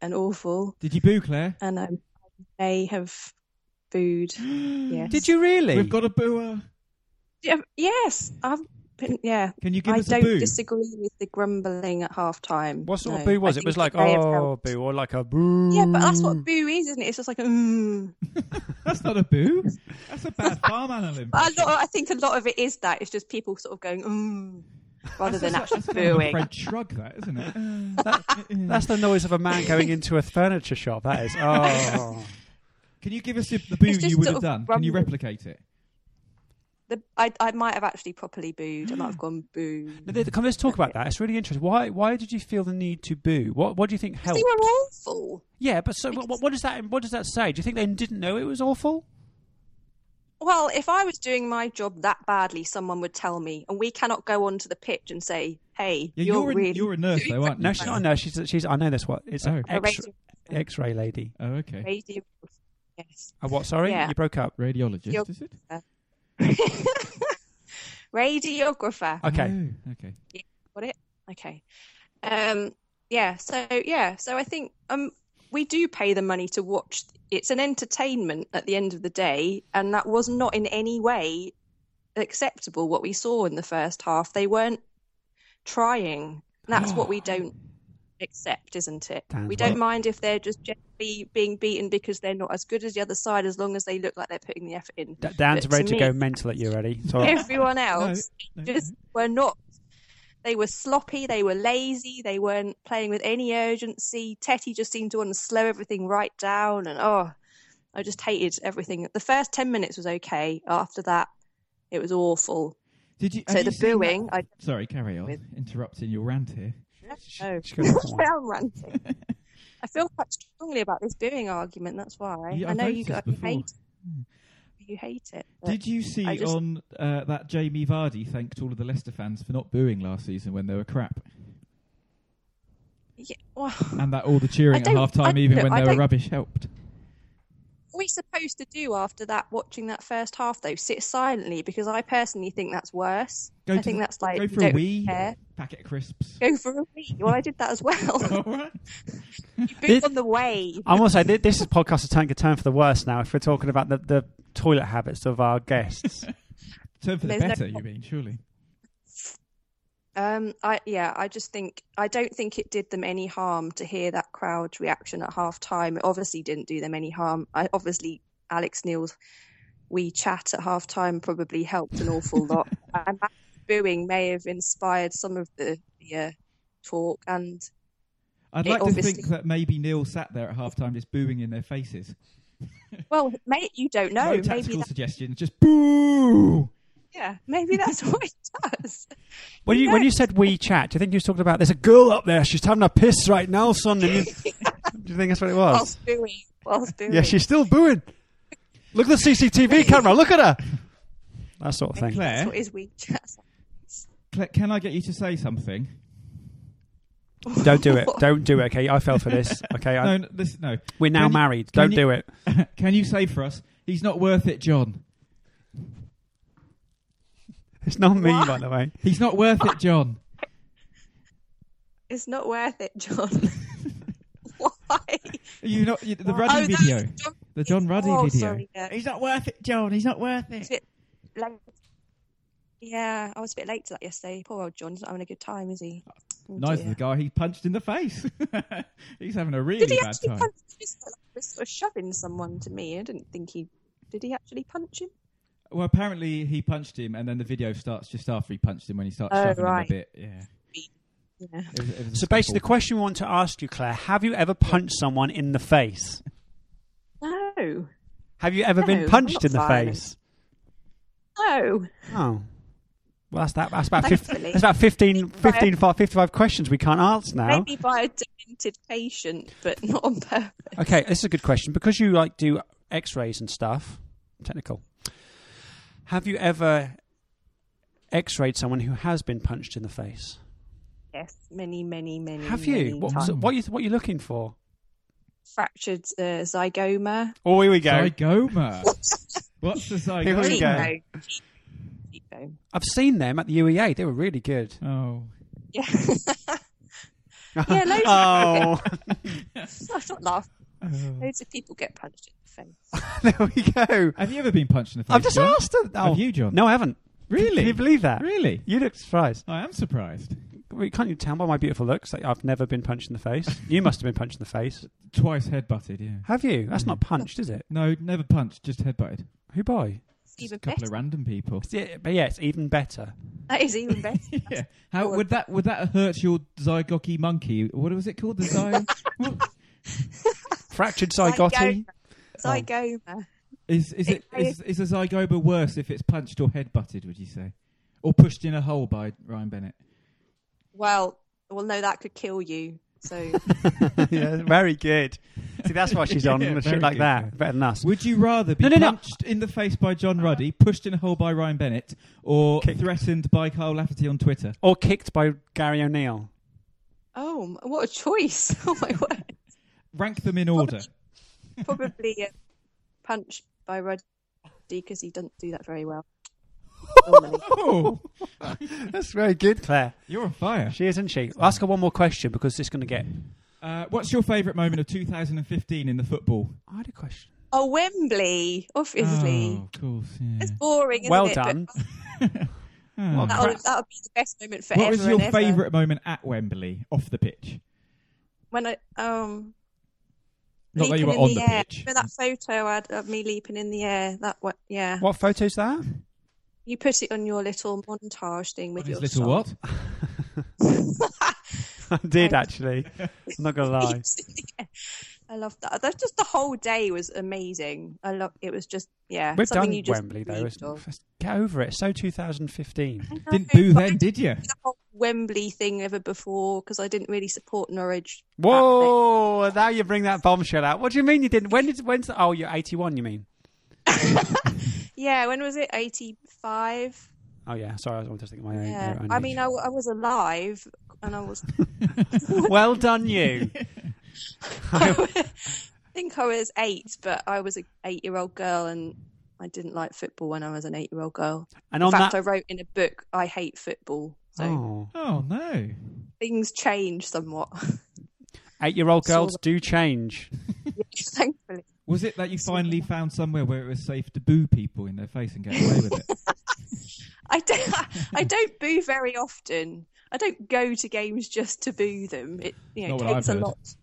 Speaker 8: and awful.
Speaker 5: Did you boo, Claire?
Speaker 8: and um, I may have booed. yes.
Speaker 4: Did you really?
Speaker 5: We've got a booer.
Speaker 8: Yeah, Yes, I've been. Yeah.
Speaker 5: Can you give
Speaker 8: I
Speaker 5: us
Speaker 8: don't
Speaker 5: a boo?
Speaker 8: disagree with the grumbling at half time.
Speaker 4: what sort of
Speaker 8: No,
Speaker 4: boo was
Speaker 8: I
Speaker 4: it? It was like
Speaker 8: think may have
Speaker 4: oh mm.
Speaker 8: helped.
Speaker 4: boo or like a boo.
Speaker 8: Yeah, but that's what boo is, isn't it? It's just like mm.
Speaker 5: That's not a boo. That's a bad farm animal.
Speaker 8: But
Speaker 5: impression.
Speaker 8: a lot. I think a lot of it is that. It's just people sort of going mm, rather than actually
Speaker 5: That's kind of a
Speaker 8: booing.
Speaker 5: French shrug, that eh, isn't it?
Speaker 4: That's the noise of a man going into a furniture shop. That is. Oh.
Speaker 5: Can you give us the the boo
Speaker 8: just
Speaker 5: you would
Speaker 8: sort
Speaker 5: have done?
Speaker 8: of
Speaker 5: Can you
Speaker 8: grumble.
Speaker 5: replicate it?
Speaker 8: The, I, I might have actually properly booed. I might have gone boo.
Speaker 4: Now, th- Come, let's talk about that. It's really interesting. Why? Why did you feel the need to boo? What? What do you think
Speaker 8: They
Speaker 4: helped?
Speaker 8: were awful.
Speaker 4: Yeah, but so what, what does that? What does that say? Do you think they didn't know it was awful?
Speaker 8: Well, if I was doing my job that badly, someone would tell me, and we cannot go onto the pitch and say, "Hey,
Speaker 5: Yeah,
Speaker 8: you're,
Speaker 5: you're, a,
Speaker 8: really
Speaker 5: you're a nurse, though, aren't you?
Speaker 4: No, she's not. No, she's she's. I know this. What? It's
Speaker 5: Oh.
Speaker 4: an
Speaker 8: a
Speaker 4: X
Speaker 8: radio-
Speaker 4: X-ray lady.
Speaker 5: Oh, okay.
Speaker 8: radio." Yes,
Speaker 4: Uh, what? Sorry,
Speaker 8: Yeah.
Speaker 4: you broke up.
Speaker 5: Radiologist,
Speaker 8: You're-
Speaker 5: is it?
Speaker 8: radiographer.
Speaker 4: Okay.
Speaker 5: Oh, okay.
Speaker 8: Got it? Okay. Um, yeah. So yeah. So I think um, we do pay the money to watch. It's an entertainment at the end of the day, and that was not in any way acceptable. What we saw in the first half, they weren't trying. That's what we don't accept, isn't it?
Speaker 4: Dan's
Speaker 8: we don't
Speaker 4: right.
Speaker 8: mind if they're just generally being beaten because they're not as good as the other side, as long as they look like they're putting the effort in.
Speaker 4: D- Dan's
Speaker 8: But
Speaker 4: ready to,
Speaker 8: me-
Speaker 4: go mental at you already. So
Speaker 8: everyone else
Speaker 5: no,
Speaker 8: just were not. They were sloppy. They were lazy. They weren't playing with any urgency. Tetty just seemed to want to slow everything right down, and oh, I just hated everything. The first ten minutes was okay. After that, it was awful.
Speaker 5: Did you,
Speaker 8: So
Speaker 5: have
Speaker 8: the
Speaker 5: you seen that-
Speaker 8: booing, I
Speaker 5: Sorry, carry on.
Speaker 8: With-
Speaker 5: Interrupting your rant here.
Speaker 8: no.
Speaker 4: she goes after
Speaker 8: I
Speaker 4: one.
Speaker 8: am ranting. I feel quite strongly about this booing argument. That's why
Speaker 5: Yeah,
Speaker 8: I
Speaker 5: I've
Speaker 8: know you
Speaker 5: noticed
Speaker 8: got you
Speaker 5: before.
Speaker 8: hate you hate it. but-
Speaker 5: Did you see
Speaker 8: I just-
Speaker 5: on uh, that Jamie Vardy thanked all of the Leicester fans for not booing last season when they were crap?
Speaker 8: Yeah, well,
Speaker 5: And that all the cheering at
Speaker 8: don't-
Speaker 5: half time,
Speaker 8: I-
Speaker 5: even
Speaker 8: look,
Speaker 5: when
Speaker 8: I
Speaker 5: they were
Speaker 8: don't-
Speaker 5: rubbish, helped.
Speaker 8: What are we supposed to do after that watching that first half though sit silently because i personally think that's worse
Speaker 5: Go
Speaker 8: i
Speaker 5: to
Speaker 8: think
Speaker 5: the-
Speaker 8: that's like
Speaker 5: Go
Speaker 8: you
Speaker 5: for a
Speaker 8: don't
Speaker 5: wee,
Speaker 8: care.
Speaker 5: packet of crisps.
Speaker 8: go for a wee well i did that as well
Speaker 5: all right.
Speaker 8: boot on the way
Speaker 4: I must say, thi- this podcast is taking a turn for the worse now. If we're talking about the, the toilet habits of our guests,
Speaker 5: Turn for the
Speaker 8: There's no-
Speaker 5: better, you mean, surely.
Speaker 8: um i yeah i just think i don't think it did them any harm to hear that crowd reaction at half time it obviously didn't do them any harm i obviously alex neil's wee chat at half time probably helped an awful lot and that booing may have inspired some of the, the uh, talk and
Speaker 5: I'd
Speaker 8: It
Speaker 5: like to
Speaker 8: obviously-
Speaker 5: think that maybe Neil sat there at half time just booing in their faces.
Speaker 8: Well, mate, you don't know. maybe
Speaker 5: tactical
Speaker 8: that,
Speaker 5: suggestions, just boo!
Speaker 8: yeah, maybe that's what it does.
Speaker 4: when you when you said we chat, do you think you was talking about there's a girl up there? She's having a piss right now, son. And you, do you think that's what it was?
Speaker 8: Whilst booing, whilst booing.
Speaker 4: yeah, she's still booing. Look at the CCTV camera. Look at her. That sort of thing.
Speaker 8: That's
Speaker 5: Claire,
Speaker 8: what is weak chat.
Speaker 5: Claire, can I get you to say something?
Speaker 4: Don't do it. Don't do it. Okay, I fell for this. Okay,
Speaker 5: No,
Speaker 4: I,
Speaker 5: no, this, no.
Speaker 4: we're now
Speaker 5: Can you-
Speaker 4: married.
Speaker 5: can
Speaker 4: Don't
Speaker 5: you-
Speaker 4: do it.
Speaker 5: Can you say for us, he's not worth it, John?
Speaker 4: It's not me, by the way.
Speaker 5: He's not worth it, John.
Speaker 8: It's not worth it, John. Why?
Speaker 5: You not you, the
Speaker 8: Oh,
Speaker 5: Ruddy
Speaker 8: that's
Speaker 5: video,
Speaker 8: John-
Speaker 5: the John Ruddy
Speaker 8: oh,
Speaker 5: video.
Speaker 8: Sorry, yeah.
Speaker 5: He's not worth it, John. He's not worth it.
Speaker 8: Like, yeah, I was a bit late to that yesterday. Poor old John. He's not having a good time, is he? Oh,
Speaker 5: Neither
Speaker 8: dear.
Speaker 5: the guy he punched in the face. he's having a really
Speaker 8: Did he
Speaker 5: bad
Speaker 8: actually
Speaker 5: time.
Speaker 8: punch? He was sort of- he was sort of shoving someone to me. I didn't think he. Did he actually punch him?
Speaker 5: Well, apparently he punched him, and then the video starts just after he punched him when he starts
Speaker 8: Oh,
Speaker 5: shoving
Speaker 8: right.
Speaker 5: him a bit. Yeah.
Speaker 8: Yeah.
Speaker 5: It was- it was a
Speaker 4: So basically, the
Speaker 5: scuffle.
Speaker 4: question we want to ask you, Claire: Have you ever punched someone in the face?
Speaker 8: No.
Speaker 4: Have you ever
Speaker 8: No,
Speaker 4: been
Speaker 8: I'm
Speaker 4: punched
Speaker 8: not
Speaker 4: in the
Speaker 8: violent.
Speaker 4: face?
Speaker 8: No.
Speaker 4: Oh. Well, that's that. That's about, 15,
Speaker 8: Thankfully.
Speaker 4: that's about 15, 15 fi- 55 questions we can't answer now.
Speaker 8: Maybe by a demented patient, but not on purpose.
Speaker 4: Okay, this is a good question because you like do X-rays and stuff. Technical. Have you ever X-rayed someone who has been punched in the face?
Speaker 8: Yes, many, many, many.
Speaker 4: Have you?
Speaker 8: many
Speaker 4: What,
Speaker 8: times.
Speaker 4: so what you what you looking for?
Speaker 8: fractured uh, zygoma?
Speaker 4: Oh, here we go.
Speaker 5: Zygoma. What's the
Speaker 4: Here we
Speaker 5: zygoma?
Speaker 4: go.
Speaker 8: Cheekbone. Cheekbone.
Speaker 4: I've seen them at the UEA. They were really good.
Speaker 5: Oh,
Speaker 8: Yeah. yeah, loads
Speaker 4: Oh,
Speaker 8: of I'm not laughing.
Speaker 5: Oh.
Speaker 8: Loads of people get punched in the face.
Speaker 4: there we go.
Speaker 5: have you ever been punched in the face?
Speaker 4: I've just
Speaker 5: John?
Speaker 4: asked them. Oh.
Speaker 5: Have you, John?
Speaker 4: No, I haven't.
Speaker 5: Really?
Speaker 4: Can you believe that?
Speaker 5: Really?
Speaker 4: You look surprised.
Speaker 5: I am surprised.
Speaker 4: Well, Can't you tell by my beautiful looks that I've never been punched in the face? You must have been punched in the face.
Speaker 5: Twice headbutted. Yeah.
Speaker 4: Have you? That's not punched, is it?
Speaker 5: No, never punched. Just headbutted.
Speaker 4: Who by?
Speaker 8: It's
Speaker 5: Just
Speaker 8: even
Speaker 5: a couple
Speaker 8: better.
Speaker 5: of random people.
Speaker 4: Yeah, but yeah, it's even better.
Speaker 8: That is even better.
Speaker 5: yeah. How would that would that hurt your zygocky monkey? What was it called? The zy.
Speaker 4: Fractured zygote. Oh.
Speaker 8: Zygoma.
Speaker 5: is is it
Speaker 8: It-
Speaker 5: is, is a zygoma worse if it's punched or headbutted? Would you say, or pushed in a hole by Ryan Bennett?
Speaker 8: Well, well, no, that could kill you. So
Speaker 4: yeah, very good. See, that's why she's on
Speaker 5: Yeah,
Speaker 4: with
Speaker 5: very
Speaker 4: shit like
Speaker 5: good.
Speaker 4: that. Better than us.
Speaker 5: Would you rather be
Speaker 4: No, no, no.
Speaker 5: punched in the face by John Ruddy, pushed in a hole by Ryan Bennett, or
Speaker 4: Kicked.
Speaker 5: threatened by Carl Lafferty on Twitter?
Speaker 4: or kicked by Gary O'Neill.
Speaker 8: Oh, m- what a choice! Oh my word!
Speaker 5: Rank them in order.
Speaker 8: Probably uh, punched by Ruddy because he doesn't do that very well. Normally.
Speaker 5: oh,
Speaker 4: That's very good, Claire.
Speaker 5: you're on fire.
Speaker 4: She isn't she? Ask her one more question because it's going to get.
Speaker 5: Uh, what's your favourite moment of 2015 in the football?
Speaker 4: I had a question.
Speaker 8: oh, Wembley, obviously.
Speaker 5: Oh, of course. yeah.
Speaker 8: It's boring, isn't
Speaker 4: well
Speaker 8: it? But
Speaker 4: done.
Speaker 5: Ah.
Speaker 4: Well,
Speaker 8: That'll,
Speaker 4: Crap.
Speaker 8: that'll be the best moment forever.
Speaker 5: What was your
Speaker 8: and ever.
Speaker 5: favourite moment at Wembley off the pitch?
Speaker 8: When I um.
Speaker 5: Not that you
Speaker 8: leaping
Speaker 5: were
Speaker 8: in
Speaker 5: on the
Speaker 8: air.
Speaker 5: pitch.
Speaker 8: Remember that photo I had of me leaping in the air? That what? Yeah.
Speaker 4: What photo's that?
Speaker 8: You put it on your little montage thing with
Speaker 5: On his
Speaker 8: your
Speaker 5: little
Speaker 8: song.
Speaker 5: what?
Speaker 4: I did actually. I'm not going to lie.
Speaker 8: I love that. That's just the whole day was amazing. I love it was just yeah.
Speaker 4: We've
Speaker 8: something
Speaker 4: done
Speaker 8: you just
Speaker 4: Wembley though.
Speaker 8: dreamed
Speaker 4: Isn't
Speaker 8: of.
Speaker 4: it? Get over it. So 2015.
Speaker 8: I
Speaker 5: Didn't
Speaker 8: know,
Speaker 5: boo
Speaker 8: but I
Speaker 5: then,
Speaker 8: didn't
Speaker 5: did you?
Speaker 8: do the whole Wembley thing ever before because I didn't really support Norwich. that
Speaker 4: Whoa! Now you bring that bombshell out. What do you mean you didn't? When did? When's? The, oh, you're 81. You mean?
Speaker 8: bit. Yeah, when was it? Eighty five.
Speaker 4: Oh yeah. Sorry, I was just thinking my own.
Speaker 8: Yeah,
Speaker 4: my own
Speaker 8: I
Speaker 4: age.
Speaker 8: mean, I, w- I was alive and I was.
Speaker 4: well done you.
Speaker 8: I think I was eight, but I was an eight-year-old girl and. I didn't like football when I was an eight-year-old girl.
Speaker 4: And
Speaker 8: In
Speaker 4: on
Speaker 8: fact,
Speaker 4: that.
Speaker 8: I wrote in a book, "I hate football." So
Speaker 4: Oh.
Speaker 5: Oh, no.
Speaker 8: things change somewhat.
Speaker 4: Eight-year-old
Speaker 8: Saw
Speaker 4: girls
Speaker 8: that.
Speaker 4: do change.
Speaker 8: Thankfully,
Speaker 5: Was it that you finally found somewhere where it was safe to boo people in their face and get away with it?
Speaker 8: I don't. I don't boo very often. I don't go to games just to boo them. It you know
Speaker 5: Not what
Speaker 8: takes a
Speaker 5: I've heard.
Speaker 8: lot.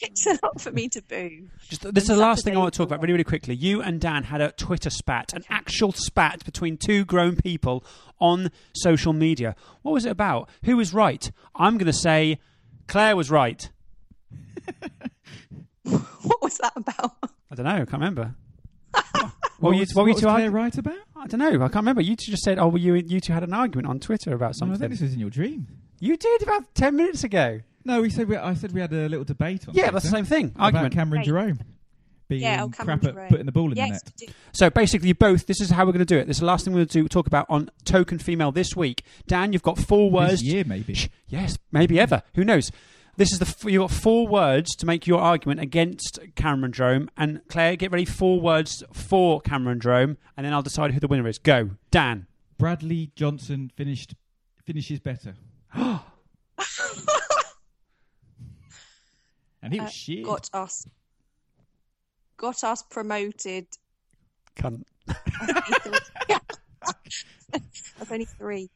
Speaker 8: It's a lot for me to boo.
Speaker 4: Just, this is the last thing I
Speaker 8: Saturday
Speaker 4: want to talk about really, really quickly. You and Dan had a Twitter spat, an actual spat between two grown people on social media. What was it about? Who was right? I'm going to say Claire was right.
Speaker 8: What was that about?
Speaker 4: I don't know. I can't remember.
Speaker 5: What,
Speaker 4: you-
Speaker 5: was,
Speaker 4: what were you
Speaker 5: was
Speaker 4: two
Speaker 5: Claire
Speaker 4: argu-
Speaker 5: right about?
Speaker 4: I don't know. I can't remember. You two just said, "Oh, well, you you two had an argument on Twitter about
Speaker 5: No, I think
Speaker 4: something."
Speaker 5: this was in your dream.
Speaker 4: you did about ten minutes ago.
Speaker 5: No, we said we, I said we had a little debate on
Speaker 4: Yeah, that's the same
Speaker 5: Twitter
Speaker 4: thing.
Speaker 5: about
Speaker 4: Argument.
Speaker 5: Cameron
Speaker 8: Right.
Speaker 5: Jerome being
Speaker 8: Yeah, oh, Cameron
Speaker 5: crap at
Speaker 8: Jerome.
Speaker 5: putting the ball in the
Speaker 8: yes,
Speaker 5: net.
Speaker 8: we did.
Speaker 4: So basically, you both. This is how we're going to do it. This is the last thing we're going to do, talk about on token female this week. Dan, you've got four words.
Speaker 5: This year, maybe.
Speaker 4: Shh, yes, maybe ever. Who knows? This is the f- you got four words to make your argument against Cameron Drome and Claire. Get ready, four words for Cameron Drome, and then I'll decide who the winner is. Go, Dan.
Speaker 5: Bradley Johnson finished finishes better, and he was
Speaker 8: Uh,
Speaker 5: shit.
Speaker 8: got us got us promoted
Speaker 4: Cunt.
Speaker 8: of only three.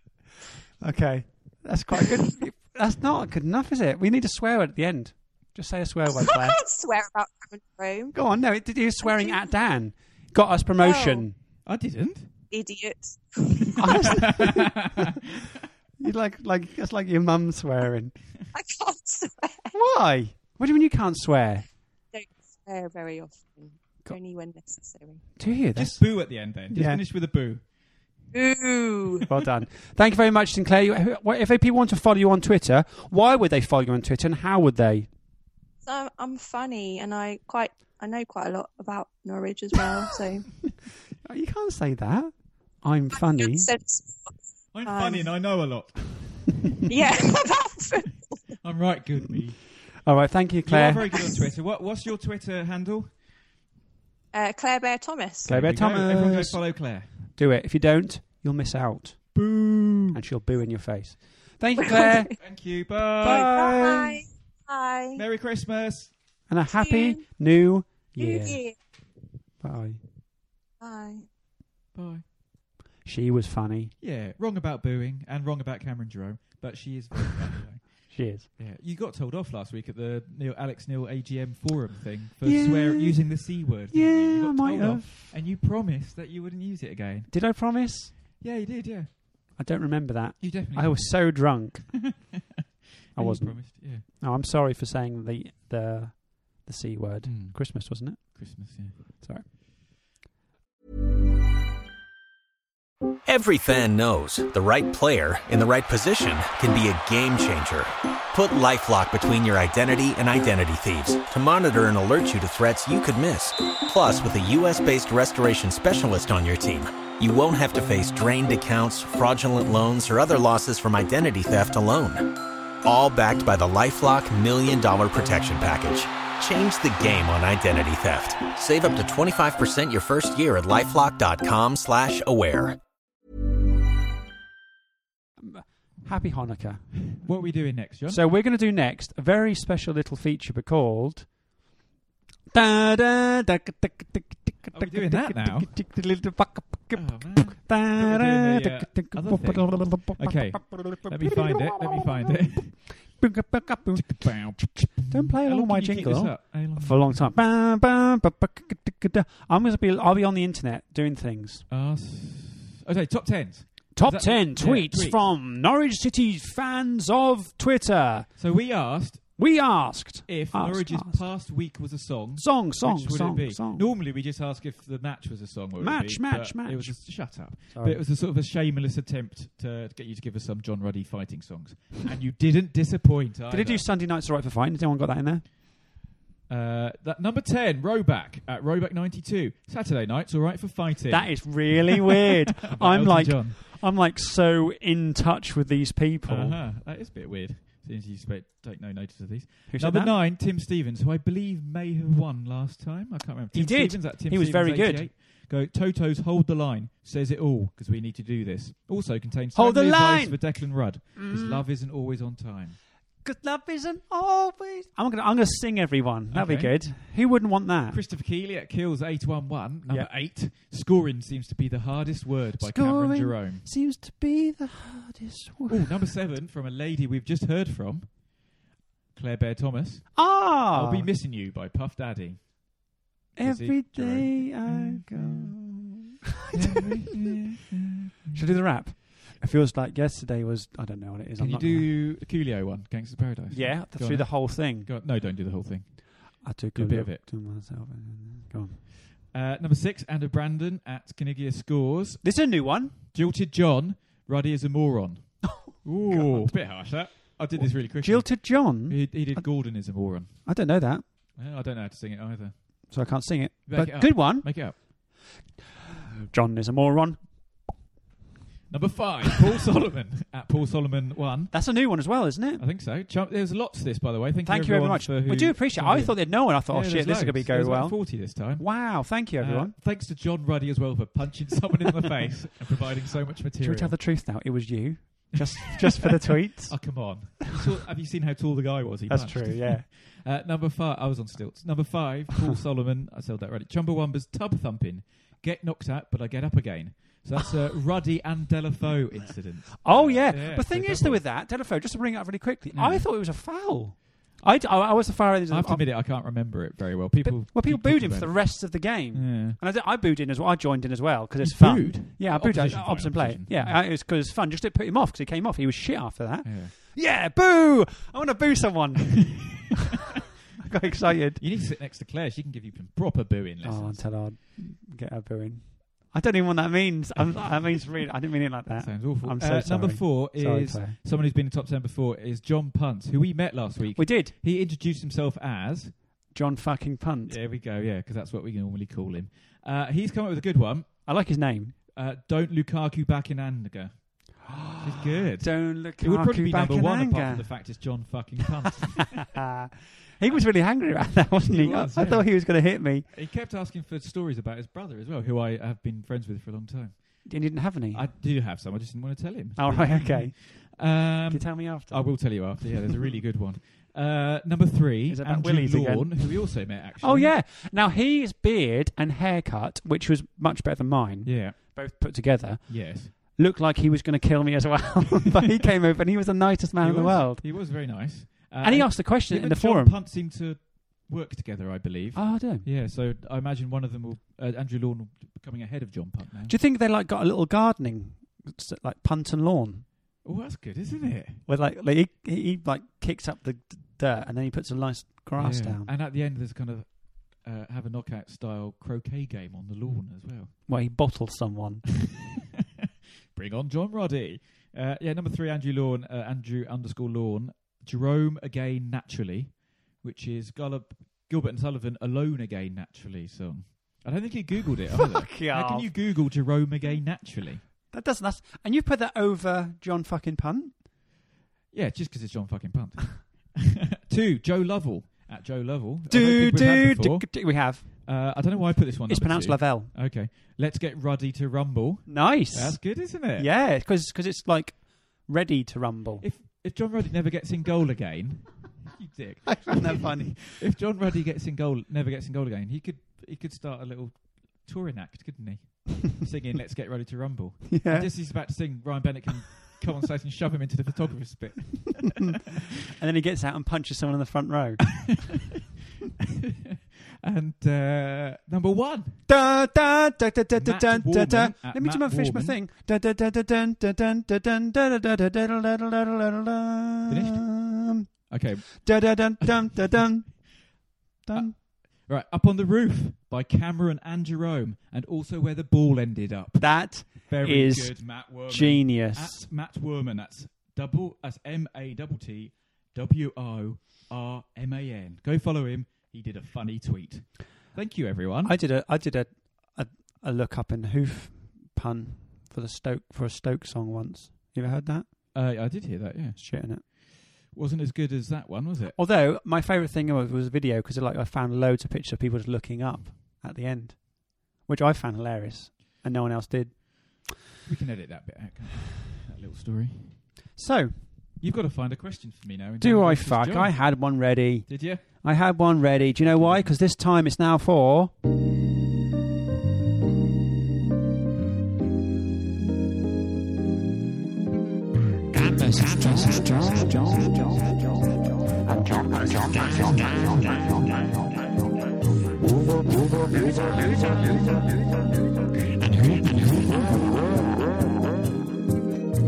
Speaker 4: Okay, that's quite good. that's not good enough, is it? We need a swear word at the end. Just say a swear word,
Speaker 8: I
Speaker 4: Claire.
Speaker 8: can't swear about Cameron Rome,
Speaker 4: Go on. No, it, you're swearing at Dan. Got us promotion.
Speaker 5: I didn't.
Speaker 8: idiot.
Speaker 4: You like like that's like your mum swearing.
Speaker 8: I can't swear. I
Speaker 4: Why? What do you mean you can't swear?
Speaker 8: don't swear very often. Only when necessary.
Speaker 4: Do you?
Speaker 5: Just
Speaker 4: That's
Speaker 5: boo at the end, then. Just
Speaker 4: Yeah.
Speaker 5: finish with a boo.
Speaker 8: Ooh.
Speaker 4: well done. Thank you very much, Sinclair. You- who- what- If people want to follow you on Twitter, why would they follow you on Twitter, and how would they?
Speaker 8: So I'm- I'm funny and I quite I know quite a lot about Norwich as well, so
Speaker 4: Oh, You can't say that. I'm funny.
Speaker 8: Sense-
Speaker 5: I'm
Speaker 8: Um,
Speaker 5: funny and I know a lot.
Speaker 8: yeah. about food.
Speaker 5: I'm right good. Me.
Speaker 4: All right. Thank you,
Speaker 5: You are
Speaker 4: Claire.
Speaker 5: very good on Twitter. What, what's your Twitter handle?
Speaker 8: uh, Claire Bear Thomas.
Speaker 4: Claire Bear
Speaker 5: There we go. Everyone go
Speaker 4: Thomas.
Speaker 5: follow Claire.
Speaker 4: Do it. If you don't, you'll miss out. Boo. And she'll boo in your face. Thank you, Claire.
Speaker 5: Thank you.
Speaker 8: Bye. Bye.
Speaker 5: Merry Christmas.
Speaker 4: and a happy
Speaker 8: you.
Speaker 4: new
Speaker 8: New
Speaker 4: year.
Speaker 8: year.
Speaker 4: Bye.
Speaker 8: Bye.
Speaker 5: Bye.
Speaker 4: She was funny.
Speaker 5: Yeah, wrong about booing and wrong about Cameron Jerome, but she is. very funny, though.
Speaker 4: She is.
Speaker 5: yeah, you got told off last week at the Neil Alex Neil AGM forum thing for
Speaker 4: Yeah.
Speaker 5: swear using the c word. didn't you? You
Speaker 4: Yeah,
Speaker 5: got
Speaker 4: I might
Speaker 5: told
Speaker 4: have.
Speaker 5: off, and you promised that you wouldn't use it again.
Speaker 4: Did I promise?
Speaker 5: Yeah, you did. Yeah,
Speaker 4: I don't remember that.
Speaker 5: you definitely.
Speaker 4: I was so drunk.
Speaker 5: And
Speaker 4: I
Speaker 5: you
Speaker 4: wasn't.
Speaker 5: promised. Yeah,
Speaker 4: Oh, I'm sorry for saying the the the c word. Christmas wasn't it?
Speaker 5: Christmas. Yeah.
Speaker 4: Sorry.
Speaker 7: Every fan knows the right player in the right position can be a game changer. Put LifeLock between your identity and identity thieves to monitor and alert you to threats you could miss. Plus, with a U.S.-based restoration specialist on your team, you won't have to face drained accounts, fraudulent loans, or other losses from identity theft alone. All backed by the LifeLock Million Dollar Protection Package. Change the game on identity theft. Save up to 25% your first year at LifeLock.com slash aware.
Speaker 4: Happy Hanukkah.
Speaker 5: What are we doing next, John?
Speaker 4: So we're going to do next a very special little feature called. Da da da
Speaker 5: Are we doing that now? Oh, man. We're doing the, uh, other thing. Okay. Let me find it. Let me find it.
Speaker 4: Don't play
Speaker 5: How long
Speaker 4: along my
Speaker 5: can you keep
Speaker 4: jingle.
Speaker 5: this up? How long-
Speaker 4: for a long time. Ba, ba, ba, ba, ka, ka, ka, da. I'm gonna be I'll be on the internet doing things.
Speaker 5: Uh, s- okay, top tens.
Speaker 4: Top
Speaker 5: that-
Speaker 4: ten
Speaker 5: yeah,
Speaker 4: tweets
Speaker 5: tweets.
Speaker 4: from Norwich City fans of Twitter.
Speaker 5: So we asked
Speaker 4: We asked
Speaker 5: if
Speaker 4: Asked,
Speaker 5: Norwich's
Speaker 4: asked.
Speaker 5: past week was a song.
Speaker 4: song, song,
Speaker 5: which would
Speaker 4: song,
Speaker 5: it be?
Speaker 4: song.
Speaker 5: Normally we just ask if the match was a song. Or
Speaker 4: Match,
Speaker 5: it would be,
Speaker 4: match,
Speaker 5: but
Speaker 4: match. Um,
Speaker 5: It was a, shut up.
Speaker 4: Sorry.
Speaker 5: But it was a sort of a shameless attempt to get you to give us some John Ruddy fighting songs, and you didn't disappoint.
Speaker 4: Did
Speaker 5: either.
Speaker 4: it do Sunday Nights Alright for Fine? Did anyone got that in there?
Speaker 5: Uh, that number ten, Roback at Roback ninety two. Saturday nights, all right for fighting.
Speaker 4: That is really weird. I'm
Speaker 5: Elton
Speaker 4: like
Speaker 5: John.
Speaker 4: I'm like so in touch with these people.
Speaker 5: Uh-huh. That is a bit weird. Since you spe- take no notice of these.
Speaker 4: Who said
Speaker 5: Number
Speaker 4: that?
Speaker 5: nine, Tim Stevens, who I believe may have won last time. I can't remember.
Speaker 4: He
Speaker 5: Tim
Speaker 4: did.
Speaker 5: Stevens at Tim
Speaker 4: He was
Speaker 5: Stevens
Speaker 4: very good.
Speaker 5: 88. Go, Toto's Hold the Line says it all because we need to do this. Also contains
Speaker 4: Hold the
Speaker 5: timely
Speaker 4: line!
Speaker 5: advice for Declan Rudd because
Speaker 4: Mm.
Speaker 5: love isn't always on time.
Speaker 4: Cause love isn't always I'm gonna I'm gonna sing everyone. That'd be
Speaker 5: Okay.
Speaker 4: good. Who wouldn't want that?
Speaker 5: Christopher Keely at Kills eight one one number
Speaker 4: Yeah.
Speaker 5: eight. Scoring seems to be the hardest word by Cameron
Speaker 4: Scoring
Speaker 5: Jerome.
Speaker 4: Seems to be the hardest
Speaker 5: Ooh,
Speaker 4: word.
Speaker 5: number seven from a lady we've just heard from, Claire Bear Thomas.
Speaker 4: Ah,
Speaker 5: I'll be missing you by Puff Daddy.
Speaker 4: Every
Speaker 5: Is he Jerry?
Speaker 4: day I go. Should I do the rap? It feels like yesterday was. I don't know what it is.
Speaker 5: Can
Speaker 4: I'm
Speaker 5: you
Speaker 4: not gonna-
Speaker 5: do a Coolio one, Gangster's Paradise?
Speaker 4: Yeah, th-
Speaker 5: Go
Speaker 4: through
Speaker 5: on
Speaker 4: the
Speaker 5: then.
Speaker 4: whole thing.
Speaker 5: Go on. No, don't do the whole thing.
Speaker 4: I took
Speaker 5: do
Speaker 4: a
Speaker 5: a bit
Speaker 4: look
Speaker 5: of it.
Speaker 4: to myself. and- Go on.
Speaker 5: Uh, number six, Andrew Brandon at Canigia Scores.
Speaker 4: This is a new one.
Speaker 5: Jilted John, Ruddy is a moron. Ooh, it's a bit harsh that. I did this really quickly.
Speaker 4: Jilted John.
Speaker 5: He, he did Gordon is a moron.
Speaker 4: I don't know that,
Speaker 5: Uh, I don't know how to sing it either.
Speaker 4: so I can't sing it.
Speaker 5: Make
Speaker 4: but
Speaker 5: it up.
Speaker 4: good one.
Speaker 5: Make it up.
Speaker 4: John is a moron.
Speaker 5: Number five, Paul Solomon at Paul Solomon one.
Speaker 4: That's a new one as well, isn't it?
Speaker 5: I think so. Chum- There's lots to this, by the way. Thank,
Speaker 4: Thank you
Speaker 5: you,
Speaker 4: very
Speaker 5: everyone
Speaker 4: much.
Speaker 5: for
Speaker 4: We
Speaker 5: who
Speaker 4: do appreciate. it.
Speaker 5: tuned
Speaker 4: I
Speaker 5: in.
Speaker 4: thought they'd know, and I thought,
Speaker 5: Yeah,
Speaker 4: oh
Speaker 5: there's
Speaker 4: shit, this is going to be
Speaker 5: loads.
Speaker 4: go
Speaker 5: There's like
Speaker 4: well.
Speaker 5: Forty this time.
Speaker 4: Wow, thank you,
Speaker 5: Uh,
Speaker 4: everyone.
Speaker 5: thanks to John Ruddy as well for punching someone in the face and providing so much
Speaker 4: Should
Speaker 5: material.
Speaker 4: we tell the truth now? It was you, just just for the tweets.
Speaker 5: Oh come on! You saw- have you seen how tall the guy was? He
Speaker 4: That's
Speaker 5: punched?
Speaker 4: true. Yeah.
Speaker 5: Uh, number five, I was on stilts. Number five, Paul Solomon. I said that right. Chumbawamba's tub thumping. Get knocked out, but I get up again. So that's a Ruddy and Delafoe incident.
Speaker 4: Oh yeah.
Speaker 5: Yeah,
Speaker 4: the thing
Speaker 5: so
Speaker 4: is,
Speaker 5: that
Speaker 4: though,
Speaker 5: was-
Speaker 4: with that telephone, just to bring it up really quickly,
Speaker 5: Mm.
Speaker 4: I thought it was a foul. I, d- I, I was a foul.
Speaker 5: I have to admit it, I can't remember it very well. People,
Speaker 4: well, people
Speaker 5: keep talking
Speaker 4: booed him for the
Speaker 5: about
Speaker 4: rest of the game,
Speaker 5: it.
Speaker 4: and I, did, I booed in as well. I joined in as well because
Speaker 5: You
Speaker 4: it's fun.
Speaker 5: booed?
Speaker 4: Yeah, I booed.
Speaker 5: Opposition,
Speaker 4: uh, Opposite
Speaker 5: fine,
Speaker 4: play.
Speaker 5: opposition.
Speaker 4: Yeah, I, it was because it's fun. Just to put him off because he came off. He was shit after that.
Speaker 5: Yeah. yeah.
Speaker 4: Yeah, boo! I want to boo someone. I got excited.
Speaker 5: You need to sit next to Claire. She can give you some proper booing
Speaker 4: Oh,
Speaker 5: lessons.
Speaker 4: until I get her booing. I don't even know what that means. I'm, that means really, I didn't mean it like that.
Speaker 5: Sounds awful.
Speaker 4: I'm so
Speaker 5: Uh,
Speaker 4: sorry.
Speaker 5: Number four
Speaker 4: Sorry,
Speaker 5: is
Speaker 4: Claire.
Speaker 5: someone who's been in the top ten before is John Punt, who we met last week.
Speaker 4: We did.
Speaker 5: he introduced himself as
Speaker 4: John fucking Punt.
Speaker 5: There we go, yeah, because that's what we normally call him. Uh, he's come up with a good one.
Speaker 4: I like his name.
Speaker 5: Uh, don't Lukaku back in anger. It's good.
Speaker 4: Don't look
Speaker 5: it would probably be
Speaker 4: back
Speaker 5: number
Speaker 4: in
Speaker 5: one apart from
Speaker 4: anger.
Speaker 5: the fact it's John fucking Punt.
Speaker 4: he was really angry about that, wasn't he?
Speaker 5: He was,
Speaker 4: I, I
Speaker 5: yeah.
Speaker 4: thought he was going to hit me,
Speaker 5: he kept asking for stories about his brother as well, who I have been friends with for a long time.
Speaker 4: and he didn't have any.
Speaker 5: I do have some, I just didn't want to tell him.
Speaker 4: All right, okay. Can you
Speaker 5: Um,
Speaker 4: tell me after?
Speaker 5: I will tell you after, yeah, there's a really good one. Uh, number three,
Speaker 4: Is it about
Speaker 5: Andrew
Speaker 4: Willies again?
Speaker 5: Lorne, who we also met actually.
Speaker 4: Oh yeah. Now his beard and haircut, which was much better than mine,
Speaker 5: Yeah,
Speaker 4: both put together,
Speaker 5: yes.
Speaker 4: looked like he was going to kill me as well. but he came over and he was the nicest man
Speaker 5: He
Speaker 4: in the
Speaker 5: was-
Speaker 4: world.
Speaker 5: He was very nice. Uh,
Speaker 4: and he asked the question
Speaker 5: him
Speaker 4: in
Speaker 5: and
Speaker 4: the
Speaker 5: John
Speaker 4: forum.
Speaker 5: Punt seemed to work together, Ah, I believe.
Speaker 4: Oh, I don't.
Speaker 5: Yeah, so I imagine one of them will uh, Andrew Lawn will be coming ahead of John Punt now.
Speaker 4: Do you think they like got a little gardening, s- like punt and lawn,
Speaker 5: oh, that's good, isn't it?
Speaker 4: where like, like he, he he, like kicks up the d- dirt and then he puts a nice grass
Speaker 5: Yeah.
Speaker 4: down.
Speaker 5: And at the end, there's kind of uh, have a knockout style croquet game on the lawn as well.
Speaker 4: Where he bottles someone.
Speaker 5: Bring on John Roddy. Uh, yeah, number three, Andrew Lawn, uh, Andrew underscore Lawn, Jerome again naturally, which is Gullop, Gilbert and Sullivan alone again naturally song. I don't think he googled it. either. How can
Speaker 4: off.
Speaker 5: you Google Jerome again naturally?
Speaker 4: That doesn't. That's, and you put that over John fucking punt.
Speaker 5: Yeah, just 'cause it's John fucking Punt. Two, Joe Lovell at Joe Lovell. I don't
Speaker 4: Do
Speaker 5: think we've had
Speaker 4: do
Speaker 5: before.
Speaker 4: do. do- We have.
Speaker 5: Uh, I don't know why I put this one.
Speaker 4: It's
Speaker 5: number
Speaker 4: pronounced
Speaker 5: two.
Speaker 4: Lavelle.
Speaker 5: Okay, let's get Ruddy to rumble.
Speaker 4: Nice.
Speaker 5: That's good, isn't it?
Speaker 4: Yeah, because it's like ready to rumble.
Speaker 5: If if John Ruddy never gets in goal again, you dick.
Speaker 4: I found that funny.
Speaker 5: If John Ruddy gets in goal, never gets in goal again, he could he could start a little touring act, couldn't he? Singing "Let's Get Ruddy to Rumble." And
Speaker 4: Yeah.
Speaker 5: just as he's about to sing, Ryan Bennett can come on stage and shove him into the photographer's pit.
Speaker 4: And then he gets out and punches someone in the front row.
Speaker 5: and uh, number one.
Speaker 4: Da, da, da, da, da, da,
Speaker 5: Matt
Speaker 4: dun, da, da.
Speaker 5: Warman at
Speaker 4: Let me just
Speaker 5: Matt
Speaker 4: finish my
Speaker 5: Warman.
Speaker 4: thing. Da, da, da, da, dun, da, dun, da, dun, da, da, da, da, da, da, da, da, da, da, da, da.
Speaker 5: Finished? Okay,
Speaker 4: Da, da, dun, dun, da, dun. Dun.
Speaker 5: Right, Up on the Roof by Cameron and Jerome, and also Where the Ball Ended Up.
Speaker 4: That
Speaker 5: Very
Speaker 4: is
Speaker 5: good, Matt Werman.
Speaker 4: genius.
Speaker 5: At Matt Werman, that's double, that's M A double T W O R M A N. Go follow him. He did a funny tweet. Thank you, everyone.
Speaker 4: I did a I did a a, a look up in hoof pun for the Stoke for a Stoke song once. You ever heard that?
Speaker 5: uh, I did hear that, yeah.
Speaker 4: Shit in it.
Speaker 5: Wasn't as good as that one, was it?
Speaker 4: Although my favorite thing was, was a video because like I found loads of pictures of people just looking up at the end, which I found hilarious, and no one else did.
Speaker 5: We can edit that bit out, can't we? That little story.
Speaker 4: So
Speaker 5: You've got to find a question for me now. in
Speaker 4: do
Speaker 5: terms
Speaker 4: I
Speaker 5: of this
Speaker 4: fuck?
Speaker 5: job.
Speaker 4: I had one ready.
Speaker 5: Did you?
Speaker 4: I had one ready. Do you know why? Because this time it's now for.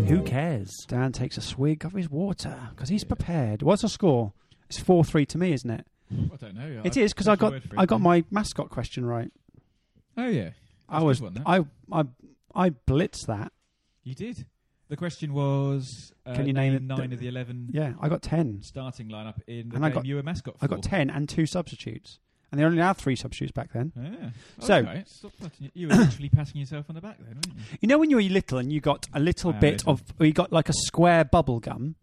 Speaker 4: Who cares? Dan takes a swig of his water because he's prepared. What's the score? It's four three to me, isn't it?
Speaker 5: I don't know.
Speaker 4: It
Speaker 5: I-
Speaker 4: is because I
Speaker 5: there's a
Speaker 4: got
Speaker 5: word for it,
Speaker 4: I got
Speaker 5: yeah.
Speaker 4: my mascot question right.
Speaker 5: Oh, yeah. That's
Speaker 4: I
Speaker 5: a good
Speaker 4: was
Speaker 5: one, that.
Speaker 4: I I I blitzed that.
Speaker 5: You did. The question was uh,
Speaker 4: Can you name it-
Speaker 5: nine of the 11
Speaker 4: Yeah, I got ten.
Speaker 5: starting lineup in the
Speaker 4: And I
Speaker 5: game
Speaker 4: got-
Speaker 5: you were mascot for?
Speaker 4: I got ten and two substitutes, and they only had three substitutes back then.
Speaker 5: Yeah.
Speaker 4: So-
Speaker 5: Okay, stop patting your- you were literally patting yourself on the back then, weren't you?
Speaker 4: You know when you were little and you got a little
Speaker 5: I am
Speaker 4: bit
Speaker 5: little.
Speaker 4: of, or you got like a square bubble gum,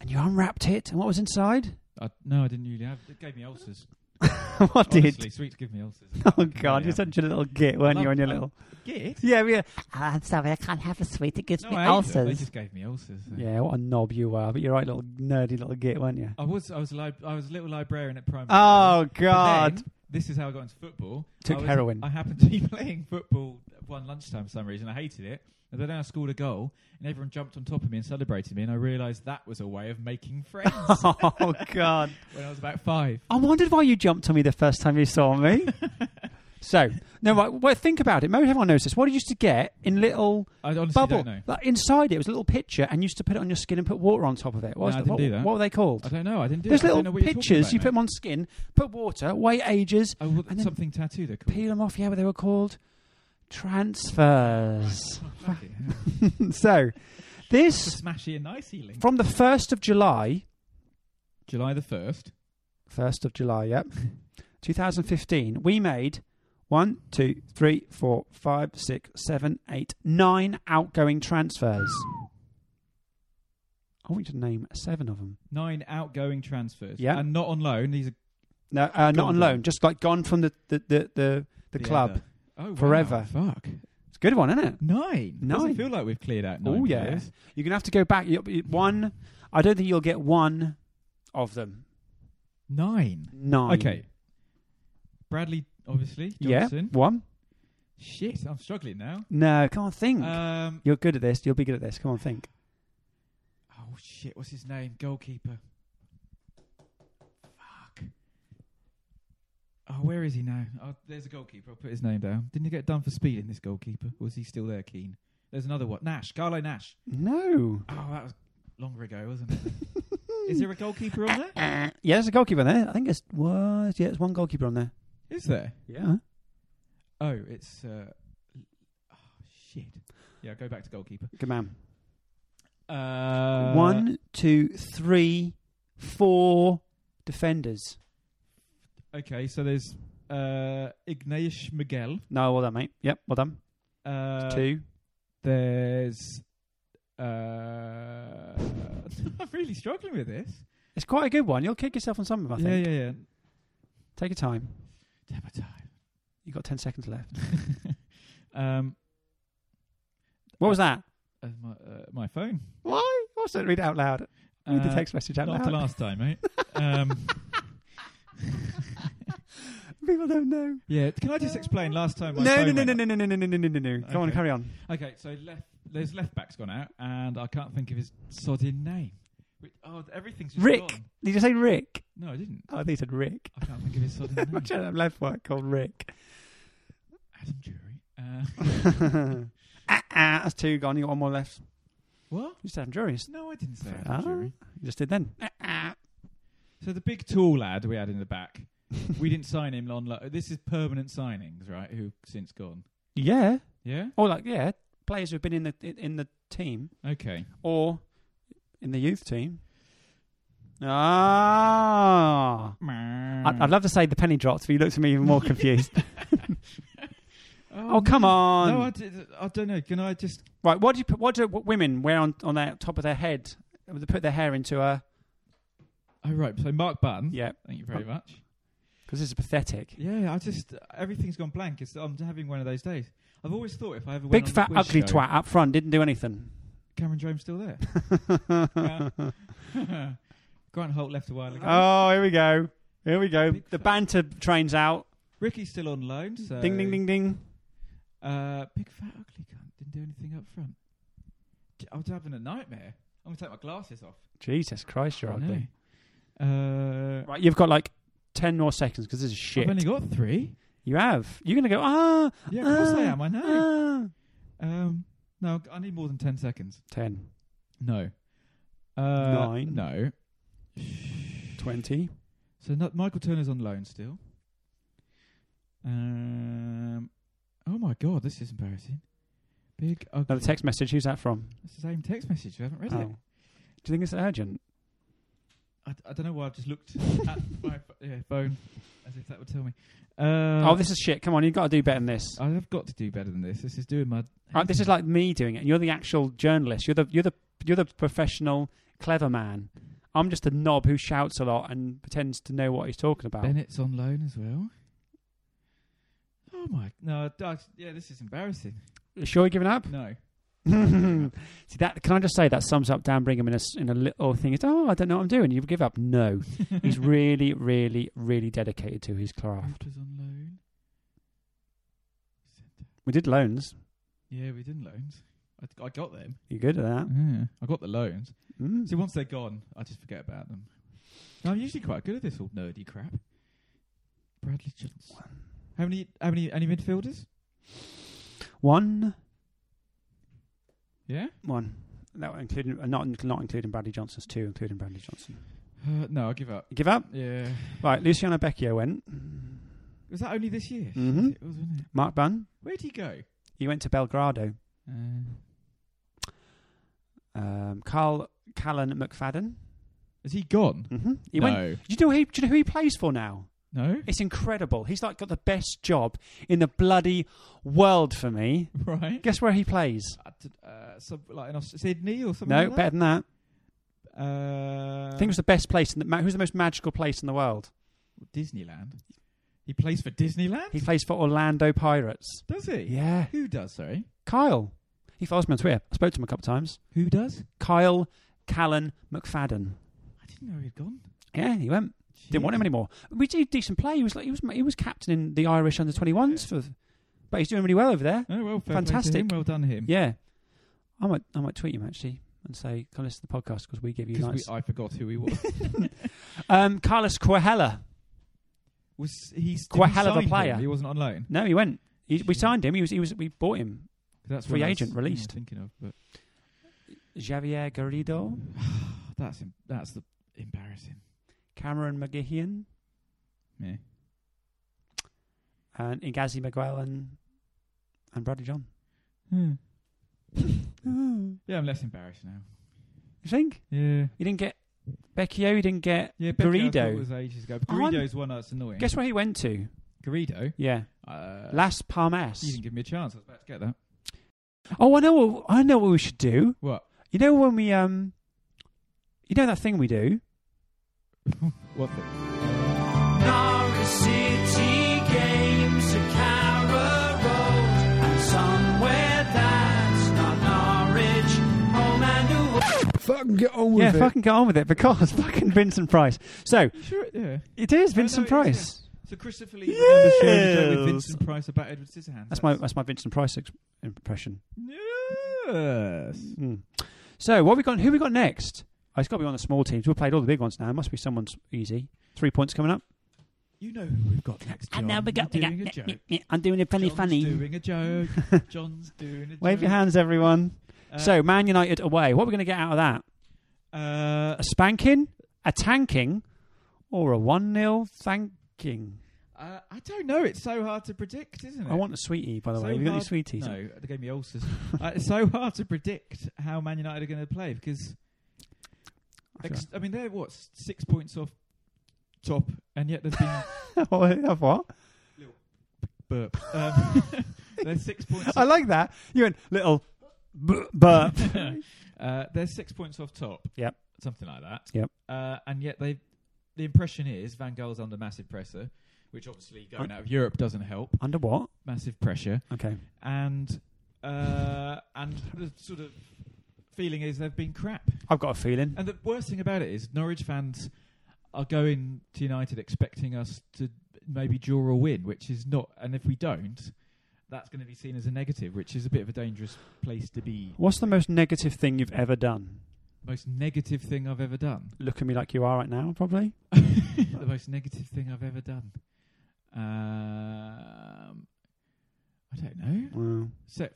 Speaker 4: and you unwrapped it, and what was inside?
Speaker 5: I, no, I didn't really have. It gave me ulcers.
Speaker 4: what
Speaker 5: Honestly,
Speaker 4: did?
Speaker 5: sweets give me ulcers.
Speaker 4: Oh God, you're such a little git, weren't you?
Speaker 5: love-
Speaker 4: When you're
Speaker 5: I-
Speaker 4: little,
Speaker 5: Git?
Speaker 4: yeah, yeah,
Speaker 9: Uh, I'm sorry, I can't have a sweet. It gives
Speaker 5: No,
Speaker 9: me
Speaker 5: I ate them. They
Speaker 9: ulcers.
Speaker 5: just gave me ulcers.
Speaker 4: yeah. What a knob you were, but you're right, little nerdy little git, weren't you?
Speaker 5: I was I was a lib- I was a little librarian at primary.
Speaker 4: Oh
Speaker 5: school. But
Speaker 4: God,
Speaker 5: then, this is how I got into football.
Speaker 4: Took
Speaker 5: I was-
Speaker 4: heroin.
Speaker 5: I happened to be playing football one lunchtime for some reason. I hated it. And then I scored a goal, and everyone jumped on top of me and celebrated me. And I realised that was a way of making friends
Speaker 4: oh God.
Speaker 5: when I was about five.
Speaker 4: I wondered why you jumped on me the first time you saw me. so, no, right, well, think about it. Maybe everyone knows this. What did you used to get in little
Speaker 5: I honestly
Speaker 4: bubble?
Speaker 5: don't know.
Speaker 4: Like inside it was a little picture, and you used to put it on your skin and put water on top of it. What,
Speaker 5: No,
Speaker 4: was
Speaker 5: I
Speaker 4: the-
Speaker 5: didn't
Speaker 4: what,
Speaker 5: do that.
Speaker 4: what were they called?
Speaker 5: I don't know. I didn't do.
Speaker 4: There's
Speaker 5: it. I don't
Speaker 4: little
Speaker 5: know what you're talking
Speaker 4: pictures.
Speaker 5: about,
Speaker 4: you put
Speaker 5: mate.
Speaker 4: them on skin, put water, wait ages,
Speaker 5: Oh, well,
Speaker 4: and then
Speaker 5: something tattooed. They're called.
Speaker 4: peel them off. Yeah, what they were called transfers.
Speaker 5: Fuck it, yeah.
Speaker 4: so, this
Speaker 5: Smashy and nicey link.
Speaker 4: from the first of July,
Speaker 5: July the first.
Speaker 4: First of July, yep. 2015. We made one, two, three, four, five, six, seven, eight, nine outgoing transfers. I want you to name seven of them.
Speaker 5: Nine outgoing transfers.
Speaker 4: Yeah.
Speaker 5: and not on loan. These are
Speaker 4: No, uh, not on
Speaker 5: on.
Speaker 4: loan, just like gone from the the the, the, the club.
Speaker 5: other. Oh, wow,
Speaker 4: Forever.
Speaker 5: Fuck.
Speaker 4: It's a good one, isn't it?
Speaker 5: Nine.
Speaker 4: Nine.
Speaker 5: Doesn't feel like we've cleared out nine.
Speaker 4: oh yeah,
Speaker 5: players.
Speaker 4: you're gonna have to go back. You- you- One, I don't think you'll get one of them.
Speaker 5: Nine.
Speaker 4: Nine.
Speaker 5: Okay. Bradley, obviously. Johnson.
Speaker 4: Yeah. One.
Speaker 5: Shit, I'm struggling now.
Speaker 4: No, come on, think.
Speaker 5: Um.
Speaker 4: you're good at this. You'll be good at this. Come on, think.
Speaker 5: Oh shit, what's his name? Goalkeeper. Fuck. Oh, where is he now? Oh, there's a goalkeeper. I'll put his name down. Didn't he get done for speeding? This goalkeeper, or is he still there? Keen. There's another one. Nash. Carlo Nash.
Speaker 4: No.
Speaker 5: Oh, that was longer ago, wasn't it? is there a goalkeeper on there?
Speaker 9: Uh-uh.
Speaker 4: Uh, yeah, there's a goalkeeper there. I think it's was yeah, there's one goalkeeper on there.
Speaker 5: Is there?
Speaker 4: Yeah.
Speaker 5: Oh, it's. Uh, oh shit. Yeah, go back to goalkeeper.
Speaker 4: Good man.
Speaker 5: Uh,
Speaker 4: one, two, three, four defenders.
Speaker 5: Okay, so there's uh, Ignatius Miguel.
Speaker 4: No, well done, mate. Yep, well done.
Speaker 5: Uh,
Speaker 4: Two.
Speaker 5: There's. Uh, I'm really struggling with this.
Speaker 4: It's quite a good one. You'll kick yourself on some of them, I
Speaker 5: yeah,
Speaker 4: think.
Speaker 5: yeah, yeah.
Speaker 4: Take your time.
Speaker 5: Damn it, time.
Speaker 4: You've got ten seconds left.
Speaker 5: um,
Speaker 4: What was that?
Speaker 5: uh, my, uh, my phone.
Speaker 4: Why? I don't read it out loud. Read the
Speaker 5: Uh,
Speaker 4: text message out
Speaker 5: not
Speaker 4: loud.
Speaker 5: the last time, mate. um,
Speaker 4: People don't know.
Speaker 5: yeah, can I just explain? Last time, my
Speaker 4: No,
Speaker 5: phone
Speaker 4: no, no,
Speaker 5: went
Speaker 4: no, no, no, no, no, no, no, no, no, no. Come on,
Speaker 5: Okay.
Speaker 4: carry on.
Speaker 5: Okay, so left there's left back's gone out, and I can't think of his sodding name. Which, oh, everything's just
Speaker 4: Rick.
Speaker 5: gone.
Speaker 4: Did you say Rick?
Speaker 5: No, I didn't.
Speaker 4: Oh, I think you said Rick.
Speaker 5: I can't think of his sodding
Speaker 4: I'm
Speaker 5: name.
Speaker 4: trying to have left work called Rick.
Speaker 5: Adam Jury. Uh,
Speaker 4: ah, ah, that's two gone. You got one more left.
Speaker 5: what?
Speaker 4: You just had juries.
Speaker 5: No, I didn't say
Speaker 4: Fair
Speaker 5: Adam
Speaker 4: enough.
Speaker 5: Jury.
Speaker 4: You just did then. Ah, ah.
Speaker 5: So the big tall lad we had in the back, we didn't sign him on. Lo- this is permanent signings, right? Who've since gone?
Speaker 4: Yeah.
Speaker 5: Yeah.
Speaker 4: Or like yeah, players who've been in the in, in the team
Speaker 5: Okay.
Speaker 4: or in the youth team. Ah. I'd, I'd love to say the penny dropped, but you looked at me even more confused. oh come on!
Speaker 5: No, I, did, I don't know. Can I just?
Speaker 4: right, what do you put, what do what women wear on on their top of their head? They put their hair into a
Speaker 5: Oh right. So Mark Button.
Speaker 4: yeah, Oh.
Speaker 5: Thank you very much.
Speaker 4: because this is pathetic.
Speaker 5: Hmm? Yeah, I just everything's gone blank. It's, I'm having one of those days. I've always thought if I ever went
Speaker 4: Big
Speaker 5: on a
Speaker 4: fat
Speaker 5: quiz
Speaker 4: ugly
Speaker 5: show-
Speaker 4: twat up front didn't do anything.
Speaker 5: Cameron Jones still there. Yeah. Grant Holt left a while ago.
Speaker 4: Oh, here we go. Here we go.
Speaker 5: Big
Speaker 4: The
Speaker 5: fat-
Speaker 4: banter train's out.
Speaker 5: Ricky's still on loan. So
Speaker 4: Ding, ding, ding, ding.
Speaker 5: Uh, big fat ugly cunt didn't do anything up front. J- I was having a nightmare. I'm gonna take my glasses off.
Speaker 4: Jesus Christ, you're
Speaker 5: I
Speaker 4: ugly.
Speaker 5: know. Uh,
Speaker 4: Right, you've got like 10 more seconds because this is
Speaker 5: I've
Speaker 4: shit.
Speaker 5: only got three.
Speaker 4: You have. You're going to go, ah,
Speaker 5: Yeah, of course I
Speaker 4: Ah,
Speaker 5: am. I know.
Speaker 4: ah.
Speaker 5: Um, no, I need more than ten seconds.
Speaker 4: 10,
Speaker 5: No. Uh,
Speaker 4: Nine.
Speaker 5: No.
Speaker 4: 20.
Speaker 5: So not Michael Turner's on loan still. Um. Oh my god, this is embarrassing. Big ugly.
Speaker 4: Another text Oh. message. Who's that from?
Speaker 5: It's the same text message. You haven't read
Speaker 4: Oh.
Speaker 5: it.
Speaker 4: Do you think it's urgent?
Speaker 5: I, I don't know why I've just looked at my ph- yeah, phone as if that would tell me. Uh,
Speaker 4: oh, this is shit. Come on, you've got to do better than this.
Speaker 5: I have got to do better than this. This is doing my.
Speaker 4: Right, Oh, this is like me doing it. and You're the actual journalist. You're the you're the you're the professional clever man. I'm just a knob who shouts a lot and pretends to know what he's talking about.
Speaker 5: Bennett's on loan as well. Oh my! No, I- yeah, this is embarrassing.
Speaker 4: You sure you're giving up?
Speaker 5: No,
Speaker 4: See that? Can I just say that sums up Dan Brigham in a s- in a little thing? It's oh, I don't know what I'm doing. You give up? No, he's really, really, really dedicated to his craft.
Speaker 5: Walter's on loan.
Speaker 4: We did loans.
Speaker 5: Yeah, we did loans. I, I got them.
Speaker 4: You good at that?
Speaker 5: Yeah, I got the loans.
Speaker 4: Mm.
Speaker 5: See, once they're gone, I just forget about them. I'm usually quite good at this old nerdy crap. Bradley Johnson. How many? How many? Any midfielders?
Speaker 4: One,
Speaker 5: Yeah.
Speaker 4: one. That including uh, not not including Bradley Johnson's two, including Bradley Johnson.
Speaker 5: Uh, no, I give up.
Speaker 4: You give up?
Speaker 5: Yeah.
Speaker 4: Right. Luciano Becchio went.
Speaker 5: Was that only this year?
Speaker 4: Mhm.
Speaker 5: It was, wasn't it?
Speaker 4: Mark Bunn.
Speaker 5: Where'd he go?
Speaker 4: He went to Belgrado.
Speaker 5: Uh,
Speaker 4: Um, Carl Callan McFadden.
Speaker 5: is he gone?
Speaker 4: hmm He
Speaker 5: no.
Speaker 4: went. Do you know he? Do you know who he plays for now?
Speaker 5: No.
Speaker 4: It's incredible. He's like got the best job in the bloody world for me.
Speaker 5: Right.
Speaker 4: Guess where he plays?
Speaker 5: I did- Uh, some, like in Aus- Sydney or something.
Speaker 4: No,
Speaker 5: like
Speaker 4: better than
Speaker 5: that?
Speaker 4: that.
Speaker 5: Uh,
Speaker 4: I think it was the best place in the. ma- Who's the most magical place in the world?
Speaker 5: Disneyland. He plays for Disneyland.
Speaker 4: He plays for Orlando Pirates.
Speaker 5: does he?
Speaker 4: Yeah,
Speaker 5: Who does? Sorry.
Speaker 4: Kyle. He follows me on Twitter. I spoke to him a couple times.
Speaker 5: Who does?
Speaker 4: Kyle Callan McFadden.
Speaker 5: I didn't know he'd gone.
Speaker 4: Yeah, he went. Didn't want him
Speaker 5: Jeez.
Speaker 4: anymore. We did decent play. He was like, he was he was captain in the Irish under twenty ones for, but he's doing really well over there.
Speaker 5: Oh well, fair play to
Speaker 4: Fantastic.
Speaker 5: him, Well done him.
Speaker 4: Yeah, I might I might tweet him actually and say come listen to the podcast because we give you
Speaker 5: 'Cause we-
Speaker 4: nice.
Speaker 5: I forgot who he was.
Speaker 4: Um, Carlos Quahela.
Speaker 5: was he did
Speaker 4: Quite
Speaker 5: we
Speaker 4: hell of a
Speaker 5: sign him?
Speaker 4: player.
Speaker 5: He wasn't on loan.
Speaker 4: No, he went. He, we
Speaker 5: Shit.
Speaker 4: signed him. He was he was we bought him.
Speaker 5: 'Cause That's
Speaker 4: Free
Speaker 5: what I
Speaker 4: agent
Speaker 5: was, yeah,
Speaker 4: released.
Speaker 5: Thinking of, but
Speaker 4: Xavier Garrido,
Speaker 5: that's em- that's the embarrassing.
Speaker 4: Cameron McGihian,
Speaker 5: Yeah.
Speaker 4: and Igazi Miguel and and Bradley John. Hmm.
Speaker 5: Yeah, I'm less embarrassed now.
Speaker 4: You think
Speaker 5: Yeah.
Speaker 4: you didn't get Becchio? You didn't get
Speaker 5: Yeah, Becchio, I
Speaker 4: Garrido.
Speaker 5: thought it was ages ago. But
Speaker 4: I'm-
Speaker 5: Garrido's one that's annoying.
Speaker 4: Guess where he went to?
Speaker 5: Garrido.
Speaker 4: Yeah,
Speaker 5: Uh,
Speaker 4: Las
Speaker 5: you
Speaker 4: Palmas.
Speaker 5: didn't give me a chance. I was about to get that.
Speaker 4: Oh, I know. What, I know what we should do.
Speaker 5: What?
Speaker 4: You know when we um, you know that thing we do.
Speaker 5: What? The?
Speaker 6: Norwich City games are Carrow Road, and somewhere that's not Norwich, home and away.
Speaker 2: Fucking get on with
Speaker 4: yeah,
Speaker 2: it.
Speaker 4: fucking get on with it because fucking Vincent Price. So
Speaker 5: You sure? it- Yeah.
Speaker 4: it is Vincent
Speaker 5: no, it is,
Speaker 4: Price.
Speaker 5: So Christopher Lee on the show the joke with
Speaker 4: Yes.
Speaker 5: Vincent Price about Edward Scissorhands.
Speaker 4: That's my that's my Vincent Price ex- impression.
Speaker 5: Yes.
Speaker 4: Mm. So what we got? Who we got next? Oh, it's got to be one of the small teams. We've played all the big ones now. must be someone's easy. Three points coming up.
Speaker 5: You know who we've got next.
Speaker 9: And now we got, we
Speaker 5: You're
Speaker 9: got,
Speaker 5: doing a
Speaker 9: yeah,
Speaker 5: joke.
Speaker 9: yeah, yeah, I'm doing a funny,
Speaker 5: John's
Speaker 9: funny.
Speaker 5: doing a joke. John's doing a joke.
Speaker 4: Wave your hands, everyone.
Speaker 5: Uh,
Speaker 4: so Man United away. What are we going to get out of that?
Speaker 5: uh,
Speaker 4: A spanking, a tanking, or a one 0 thanking?
Speaker 5: uh, I don't know. It's so hard to predict, isn't it?
Speaker 4: I want a sweetie, by the
Speaker 5: So
Speaker 4: way. Have you got any
Speaker 5: hard-
Speaker 4: sweeties?
Speaker 5: No, they gave me ulcers. uh, it's so hard to predict how Man United are going to play because
Speaker 4: I
Speaker 5: ex- I mean they're what s- six points off top, and yet they've been
Speaker 4: feel- What- what?
Speaker 5: burp. Um, they're six points.
Speaker 4: I like that. You went little b- burp.
Speaker 5: uh, they're six points off top.
Speaker 4: Yep.
Speaker 5: Something like that.
Speaker 4: Yep.
Speaker 5: Uh, and yet they, the impression is Van Gaal's under massive pressure, which obviously going out of Europe doesn't help.
Speaker 4: Under what?
Speaker 5: Massive pressure,
Speaker 4: Okay.
Speaker 5: and uh, and the sort of feeling is they've been crap.
Speaker 4: I've got a feeling.
Speaker 5: And the worst thing about it is Norwich fans are going to United expecting us to maybe draw or win, which is not. And if we don't, that's going to be seen as a negative, which is a bit of a dangerous place to be.
Speaker 4: What's the most negative thing you've ever done?
Speaker 5: Most negative thing I've ever done.
Speaker 4: Look at me like you are right now, probably.
Speaker 5: the most negative thing I've ever done. Um, I don't know.
Speaker 4: Wow.
Speaker 5: Set,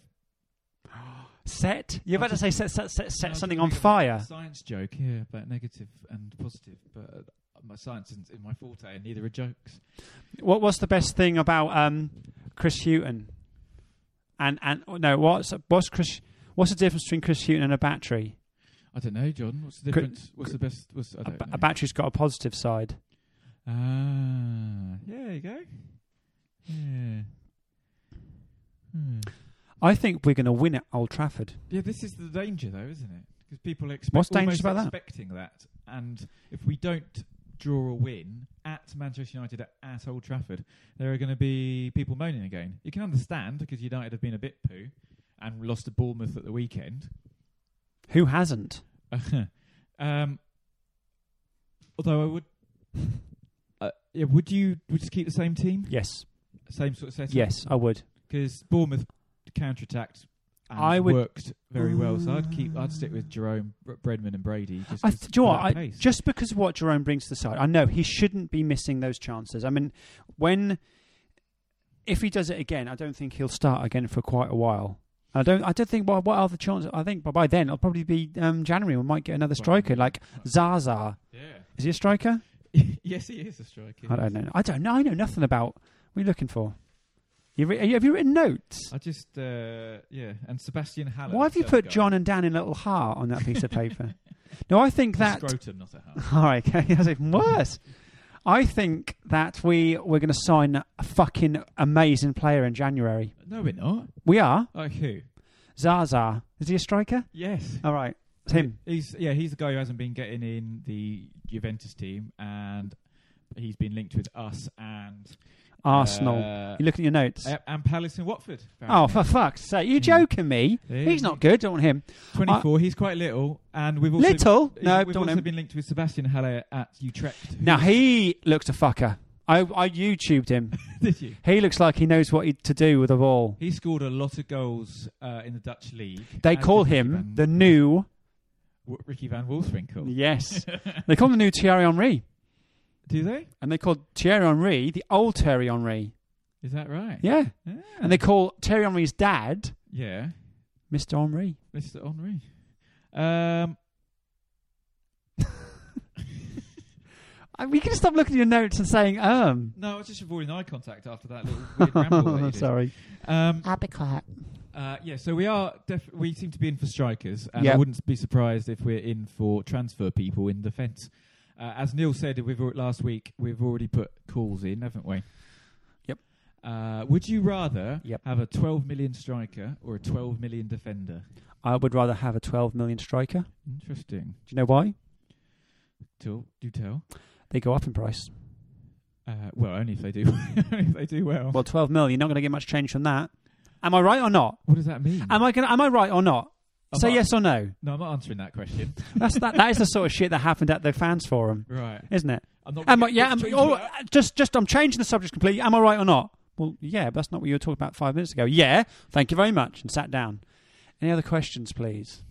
Speaker 4: Set? You're about to say set, set, set,
Speaker 5: I
Speaker 4: set
Speaker 5: was
Speaker 4: something
Speaker 5: thinking
Speaker 4: on
Speaker 5: of a
Speaker 4: fire.
Speaker 5: Science joke, yeah, about negative and positive, but uh, my science isn't in my forte, and neither are jokes.
Speaker 4: What was the best thing about um, Chris Hewton? And and oh, no, what's what's Chris? What's the difference between Chris Hewton and a battery?
Speaker 5: I don't know, John. What's the
Speaker 4: Could-
Speaker 5: difference? What's the best? What's I
Speaker 4: A,
Speaker 5: don't
Speaker 4: ba- a
Speaker 5: know.
Speaker 4: battery's got a positive side.
Speaker 5: Ah, yeah, there you go. Yeah. Hmm.
Speaker 4: I think we're going to win at Old Trafford.
Speaker 5: Yeah, this is the danger, though, isn't it? Because people expect
Speaker 4: What's dangerous
Speaker 5: almost
Speaker 4: about that?
Speaker 5: expecting that? and if we don't draw a win at Manchester United at, at Old Trafford, there are going to be people moaning again. You can understand because United have been a bit poo and lost to Bournemouth at the weekend.
Speaker 4: Who hasn't?
Speaker 5: um, although I would, uh, yeah, would you would just keep the same team,
Speaker 4: Yes.
Speaker 5: same sort of setup?
Speaker 4: Yes, I would.
Speaker 5: because Bournemouth counterattacked. And
Speaker 4: I would-
Speaker 5: worked very well, so I'd keep. I'd stick with Jerome, Br- Bredman, and Brady. Just
Speaker 4: I,
Speaker 5: 'cause
Speaker 4: th- do you know
Speaker 5: for
Speaker 4: what,
Speaker 5: that
Speaker 4: I,
Speaker 5: pace.
Speaker 4: just because of what Jerome brings to the side, I know he shouldn't be missing those chances. I mean, when if he does it again, I don't think he'll start again for quite a while. I don't. I don't think. Well, what other chances? I think by, by then it'll probably be um, January. We might get another striker like Zaza.
Speaker 5: yeah.
Speaker 4: Is he a striker?
Speaker 5: yes, he is a striker.
Speaker 4: I don't know. I don't know. I know nothing about. What are you looking for? You re- have you written notes?
Speaker 5: I just uh, yeah, and Sebastian Haller.
Speaker 4: Why have you
Speaker 5: third
Speaker 4: put
Speaker 5: guy.
Speaker 4: John and Dan in a little heart on that piece of paper? no, I think
Speaker 5: A
Speaker 4: that
Speaker 5: scrotum, not a heart.
Speaker 4: All right, okay, that's even worse. I think that we we're going to sign a fucking amazing player in January.
Speaker 5: no, we're not.
Speaker 4: We are
Speaker 5: Like who?
Speaker 4: Zaza. Is he a striker?
Speaker 5: Yes,
Speaker 4: All right, it's him.
Speaker 5: he's yeah, he's the guy who hasn't been getting in the Juventus team, and he's been linked with us and
Speaker 4: Arsenal.
Speaker 5: uh,
Speaker 4: you looking at your notes?
Speaker 5: a- and Palace and Watford.
Speaker 4: Oh, for fuck's sake! You
Speaker 5: Hmm.
Speaker 4: joking me?
Speaker 5: Yeah.
Speaker 4: He's not good. Don't want him.
Speaker 5: 24. he's quite little, and we've also
Speaker 4: Little?
Speaker 5: he's-
Speaker 4: No,
Speaker 5: we've
Speaker 4: don't
Speaker 5: also
Speaker 4: him.
Speaker 5: been linked with Sebastian Haller at Utrecht. Who-
Speaker 4: Now he looks a fucker. I I YouTubed him.
Speaker 5: did you?
Speaker 4: he looks like he knows what he, to do with a ball.
Speaker 5: He scored a lot of goals uh, in the Dutch league.
Speaker 4: They
Speaker 5: and
Speaker 4: call
Speaker 5: Ricky
Speaker 4: him
Speaker 5: Van-
Speaker 4: the new.
Speaker 5: W- Ricky Van Wolfswinkel.
Speaker 4: Yes, they call him the new Thierry Henry,
Speaker 5: Do they?
Speaker 4: and they called Thierry Henry the old Thierry Henry.
Speaker 5: Is that right?
Speaker 4: Yeah.
Speaker 5: Yeah.
Speaker 4: And they call Terry Henry's dad
Speaker 5: yeah,
Speaker 4: Mr. Henry.
Speaker 5: Mr. Henri. Um,
Speaker 4: Uh, We can stop looking at your notes and saying, um.
Speaker 5: no, I was just avoiding eye contact after that little weird ramble. That you did.
Speaker 4: Sorry.
Speaker 5: Um,
Speaker 9: I'll be quiet.
Speaker 5: uh, yeah, so we are. Def- we seem to be in for strikers, and I
Speaker 4: Yep.
Speaker 5: wouldn't be surprised if we're in for transfer people in defence. Uh, as Neil said, we've al- last week we've already put calls in, haven't we?
Speaker 4: Yep.
Speaker 5: Uh, would you rather
Speaker 4: Yep.
Speaker 5: have a 12 million striker or a 12 million defender?
Speaker 4: I would rather have a 12 million striker. Do
Speaker 5: Interesting.
Speaker 4: you know why?
Speaker 5: Till, do tell.
Speaker 4: They go up in price.
Speaker 5: Uh, well, only if they do. only if they do well.
Speaker 4: Well, 12 million, you're not going to get much change from that. Am I right or not?
Speaker 5: What does that mean?
Speaker 4: Am I gonna, Am I right or not?
Speaker 5: Am
Speaker 4: Say
Speaker 5: I-
Speaker 4: yes or no.
Speaker 5: No, I'm not answering that question.
Speaker 4: That's that. That is the sort of shit that happened at the fans forum,
Speaker 5: right.
Speaker 4: isn't it?
Speaker 5: I'm not.
Speaker 4: Am I, oh, yeah. Am,
Speaker 5: Let's change
Speaker 4: or,
Speaker 5: that.
Speaker 4: just, just. I'm changing the subject completely. Am I right or not? Well, yeah. But that's not what you were talking about five minutes ago. Yeah. Thank you very much. And sat down. Any other questions, please?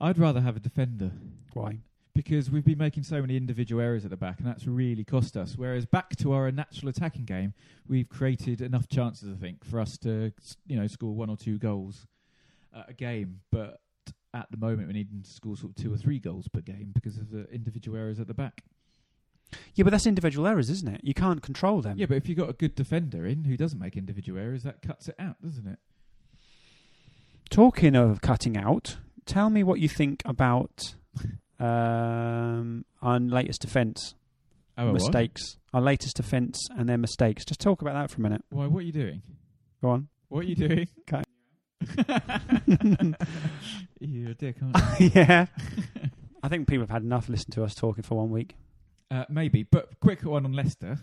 Speaker 5: I'd rather have a defender
Speaker 4: Why?
Speaker 5: because we've been making so many individual errors at the back, and that's really cost us. Whereas back to our natural attacking game, we've created enough chances, I think, for us to s- you know score one or two goals uh, a game. But at the moment, we need to score sort of two or three goals per game because of the individual errors at the back.
Speaker 4: Yeah, but that's individual errors, isn't it? You can't control them.
Speaker 5: Yeah, but if you've got a good defender in who doesn't make individual errors, that cuts it out, doesn't it?
Speaker 4: Talking of cutting out, tell me what you think about um, our latest defence
Speaker 5: Oh, what?
Speaker 4: mistakes. Our latest defence and their mistakes. Just talk about that for a minute.
Speaker 5: Why? What are you doing?
Speaker 4: Go on.
Speaker 5: What are you doing?
Speaker 4: 'Kay.
Speaker 5: You're a dick, aren't you?
Speaker 4: yeah. I think people have had enough listening to us talking for one week.
Speaker 5: Uh, maybe, but quick one on Leicester.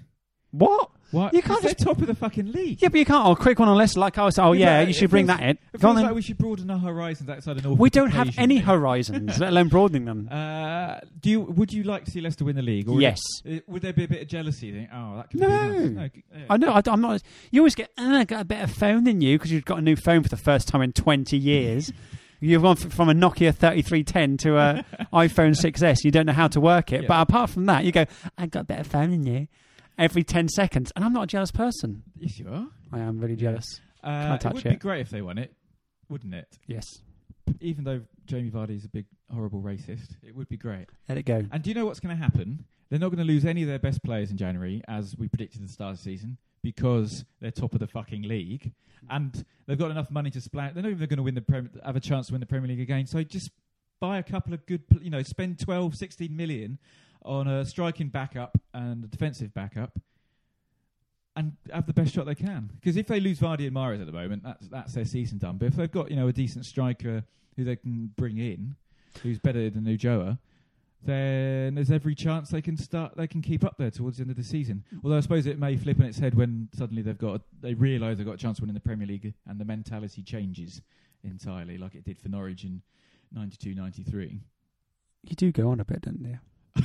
Speaker 4: What?
Speaker 5: What?
Speaker 4: You can't
Speaker 5: They're
Speaker 4: just-
Speaker 5: top of the fucking league.
Speaker 4: Yeah, but you can't. Oh, quick one on less. Like I was. Oh, yeah,
Speaker 5: Yeah, but
Speaker 4: you
Speaker 5: it
Speaker 4: should bring
Speaker 5: feels-
Speaker 4: that in.
Speaker 5: It
Speaker 4: Go on
Speaker 5: feels
Speaker 4: then.
Speaker 5: like we should broaden our horizons outside of North.
Speaker 4: we don't have any
Speaker 5: horizons.
Speaker 4: horizons, let alone broadening them.
Speaker 5: Uh, do you? Would you like to see Leicester win the league? Or
Speaker 4: Yes.
Speaker 5: Would, would there be a bit of jealousy? You Think, oh, that could
Speaker 4: No.
Speaker 5: be nice. No, g- yeah.
Speaker 4: I know. I, am not. You always get. "Oh, I got a better phone than you because you've got a new phone for the first time in 20 years. You've gone f- from a Nokia 3310 to a iPhone 6s. You don't know how to work it.
Speaker 5: Yeah.
Speaker 4: But apart from that, you go. I got a better phone than you. Every 10 seconds, and I'm not a jealous person.
Speaker 5: Yes, you are.
Speaker 4: I am really jealous.
Speaker 5: Uh,
Speaker 4: Can't touch
Speaker 5: it would be
Speaker 4: it.
Speaker 5: great if they won it, wouldn't it?
Speaker 4: Yes.
Speaker 5: Even though Jamie Vardy's a big horrible racist, it would be great.
Speaker 4: Let it go.
Speaker 5: And do you know what's going to happen? They're not going to lose any of their best players in January, as we predicted at the start of the season, because they're top of the fucking league, and they've got enough money to splash. They're not even going to win the Prem- have a chance to win the Premier League again. So just buy a couple of good, pl- you know, spend 12, 16 million on a striking backup and a defensive backup and have the best shot they can. Because if they lose Vardy and Mares at the moment, that's that's their season done. But if they've got, you know, a decent striker who they can bring in, who's better than Ujoa, then there's every chance they can start they can keep up there towards the end of the season. Although I suppose it may flip on its head when suddenly they've got they realise they've got a chance to win in the Premier League and the mentality changes entirely, like it did for Norwich in 92-93.
Speaker 4: You do go on a bit, don't you?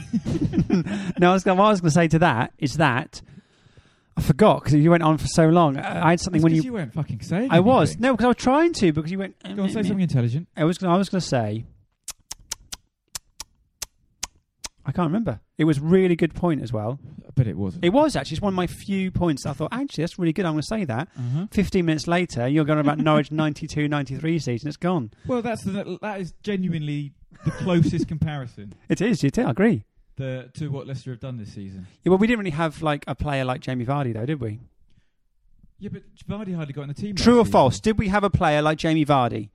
Speaker 4: no, I was gonna, what I was going to say to that is that I forgot because you went on for so long. I I had something
Speaker 5: It's
Speaker 4: when
Speaker 5: 'cause
Speaker 4: you.
Speaker 5: you weren't fucking saying.
Speaker 4: I was
Speaker 5: anything.
Speaker 4: no, because I was trying to because you went.
Speaker 5: Go on, say something intelligent.
Speaker 4: I was. I was going to say. I can't remember. It was really good point as well.
Speaker 5: But it wasn't.
Speaker 4: It was actually it's one of my few points. that I thought actually that's really good. I'm going to say that.
Speaker 5: uh-huh.
Speaker 4: 15 minutes later, you're going about Norwich 92 93 season. It's gone.
Speaker 5: Well, that's the, that is genuinely the closest comparison
Speaker 4: It is. You do. I agree.
Speaker 5: the, to what Leicester have done this season.
Speaker 4: Yeah, well, we didn't really have like a player like Jamie Vardy though, did we?
Speaker 5: Yeah, but Vardy hardly got in the team.
Speaker 4: True or
Speaker 5: last season.
Speaker 4: false? Did we have a player like Jamie Vardy?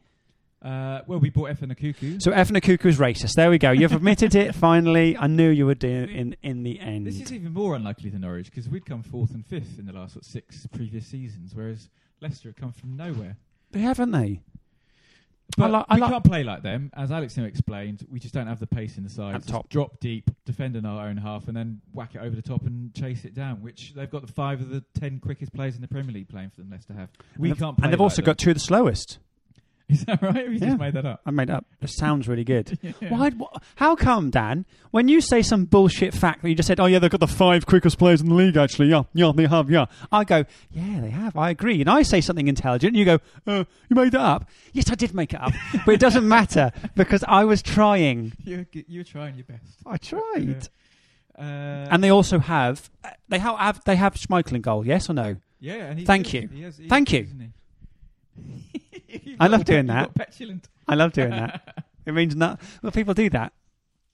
Speaker 5: Uh, well, we bought Effa Nakuku.
Speaker 4: So Efna Cuckoo is racist. There we go. You've admitted it finally. I knew you would do it in in the end.
Speaker 5: This is even more unlikely than Norwich because we'd come fourth and fifth in the last what, six previous seasons, whereas Leicester have come from nowhere.
Speaker 4: they haven't they? I
Speaker 5: But
Speaker 4: like- I
Speaker 5: we
Speaker 4: like-
Speaker 5: can't play like them, as Alex now explained. We just don't have the pace in the side.
Speaker 4: Up
Speaker 5: Just
Speaker 4: top.
Speaker 5: drop deep, defend in our own half, and then whack it over the top and chase it down. Which they've got the five of the ten quickest players in the Premier League playing for them. Leicester have. We
Speaker 4: and they've-
Speaker 5: can't. Play
Speaker 4: And they've
Speaker 5: like
Speaker 4: also
Speaker 5: them.
Speaker 4: got two of the slowest.
Speaker 5: Is that right? We
Speaker 4: Yeah.
Speaker 5: just made that up.
Speaker 4: I made up. It sounds really good.
Speaker 5: Yeah.
Speaker 4: Why? Wh- how come, Dan? When you say some bullshit fact that you just said, "Oh yeah, they've got the five quickest players in the league," actually, yeah, yeah, they have, yeah. I go, yeah, they have. I agree, and I say something intelligent, and you go, uh, "You made that up?" Yes, I did make it up, but it doesn't matter because I was trying.
Speaker 5: You're, g- you're trying your best.
Speaker 4: I tried,
Speaker 5: Uh, and
Speaker 4: and they also have uh, they ha- have they have Schmeichel in goal. Yes or no?
Speaker 5: yeah, and he's
Speaker 4: Thank
Speaker 5: good.
Speaker 4: you.
Speaker 5: He is- he is
Speaker 4: Thank
Speaker 5: good,
Speaker 4: you.
Speaker 5: isn't he? You've
Speaker 4: I
Speaker 5: got
Speaker 4: love
Speaker 5: all-
Speaker 4: doing
Speaker 5: you've
Speaker 4: that.
Speaker 5: got Petulant.
Speaker 4: I love doing that. it means that well, people do that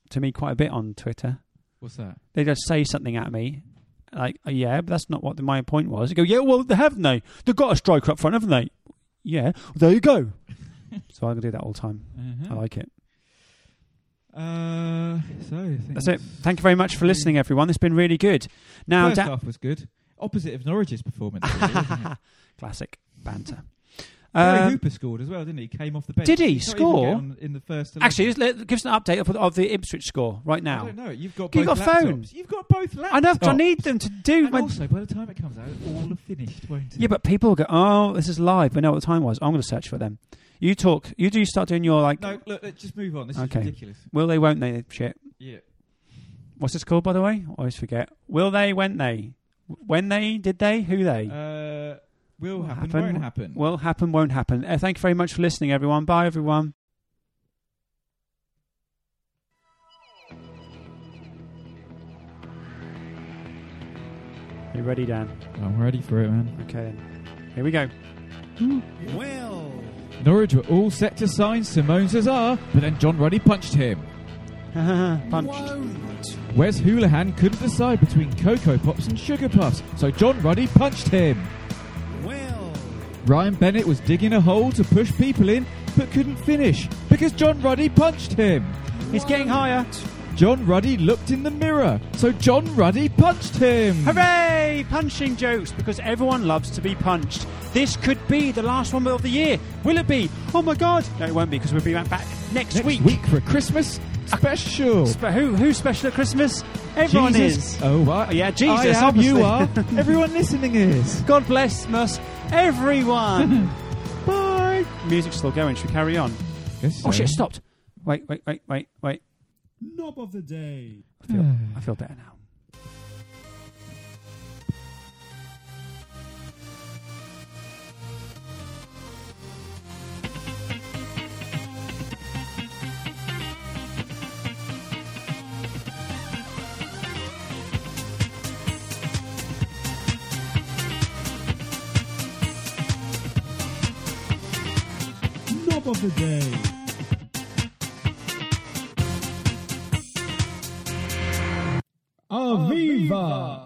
Speaker 4: to me quite a bit on Twitter.
Speaker 5: What's that?
Speaker 4: they just say something at me, like, oh, yeah, but that's not what my point was. They go, yeah, well, they haven't they? They've got a striker up front, haven't they? Yeah, there you go. so I can do that all the time. I
Speaker 5: Uh-huh.
Speaker 4: like it.
Speaker 5: Uh, so I think
Speaker 4: That's it. Thank you very much for listening, everyone. It's been really good. Now,
Speaker 5: First
Speaker 4: da-
Speaker 5: half was good. Opposite of Norwich's performance. really, wasn't it?
Speaker 4: classic banter.
Speaker 5: Gary
Speaker 4: Um,
Speaker 5: Hooper scored as well, didn't he? Came off the bench.
Speaker 4: Did he
Speaker 5: He's not even
Speaker 4: score?
Speaker 5: getting on in the first? 11.
Speaker 4: actually, just let, give us an update of, of the Ipswich score right
Speaker 5: I
Speaker 4: now.
Speaker 5: don't know. You've got
Speaker 4: You got
Speaker 5: both
Speaker 4: a phone.
Speaker 5: laptops. You've got both laptops.
Speaker 4: I know, 'cause I need them to do
Speaker 5: Oh. And
Speaker 4: my.
Speaker 5: also, by the time it comes out, it'll all have finished, won't it?
Speaker 4: Yeah, but people go, oh, this is live. We know what the time was. I'm going to search for them. You talk. You do start doing your, like,
Speaker 5: no, look, let's just move on. This
Speaker 4: Okay.
Speaker 5: is ridiculous.
Speaker 4: will they, won't they shit.
Speaker 5: Yeah.
Speaker 4: What's this called, by the way? I always forget. Will they? Went they? When they? Did they? Who they?
Speaker 5: Uh, will
Speaker 4: What
Speaker 5: happen,
Speaker 4: happened?
Speaker 5: Won't happen.
Speaker 4: Will happen? Won't happen. Uh, thank you very much for listening, everyone. Bye, everyone. Are you ready, Dan?
Speaker 5: I'm ready for it, man.
Speaker 4: Okay, then. Here we go.
Speaker 5: Norwich were all set to sign Simone Cesar, but then John Ruddy punched him.
Speaker 4: Punched.
Speaker 5: Wes Houlihan couldn't decide between Cocoa Pops and Sugar Puffs, so John Ruddy punched him. Ryan Bennett was digging a hole to push people in, but couldn't finish because John Ruddy punched him.
Speaker 4: He's getting higher.
Speaker 5: John Ruddy looked in the mirror, so John Ruddy punched him.
Speaker 4: Hooray! Punching jokes because everyone loves to be punched. This could be the last one of the year. Will it be? Oh my god! No, it won't be because we'll be back back next,
Speaker 5: Next week. for a Christmas special.
Speaker 4: Spe- who who's special at Christmas? Everyone
Speaker 5: Jesus.
Speaker 4: is.
Speaker 5: Oh, I,
Speaker 4: Yeah, Jesus,
Speaker 5: I am, you are.
Speaker 4: obviously.
Speaker 5: Everyone listening is.
Speaker 4: God bless us, everyone. Bye. Music's still going. Should we carry on? Oh shit! it Stopped. Wait, wait, wait, wait, wait.
Speaker 1: Knob of the day.
Speaker 4: I feel, I feel better now.
Speaker 1: Knob of the day. Aviva.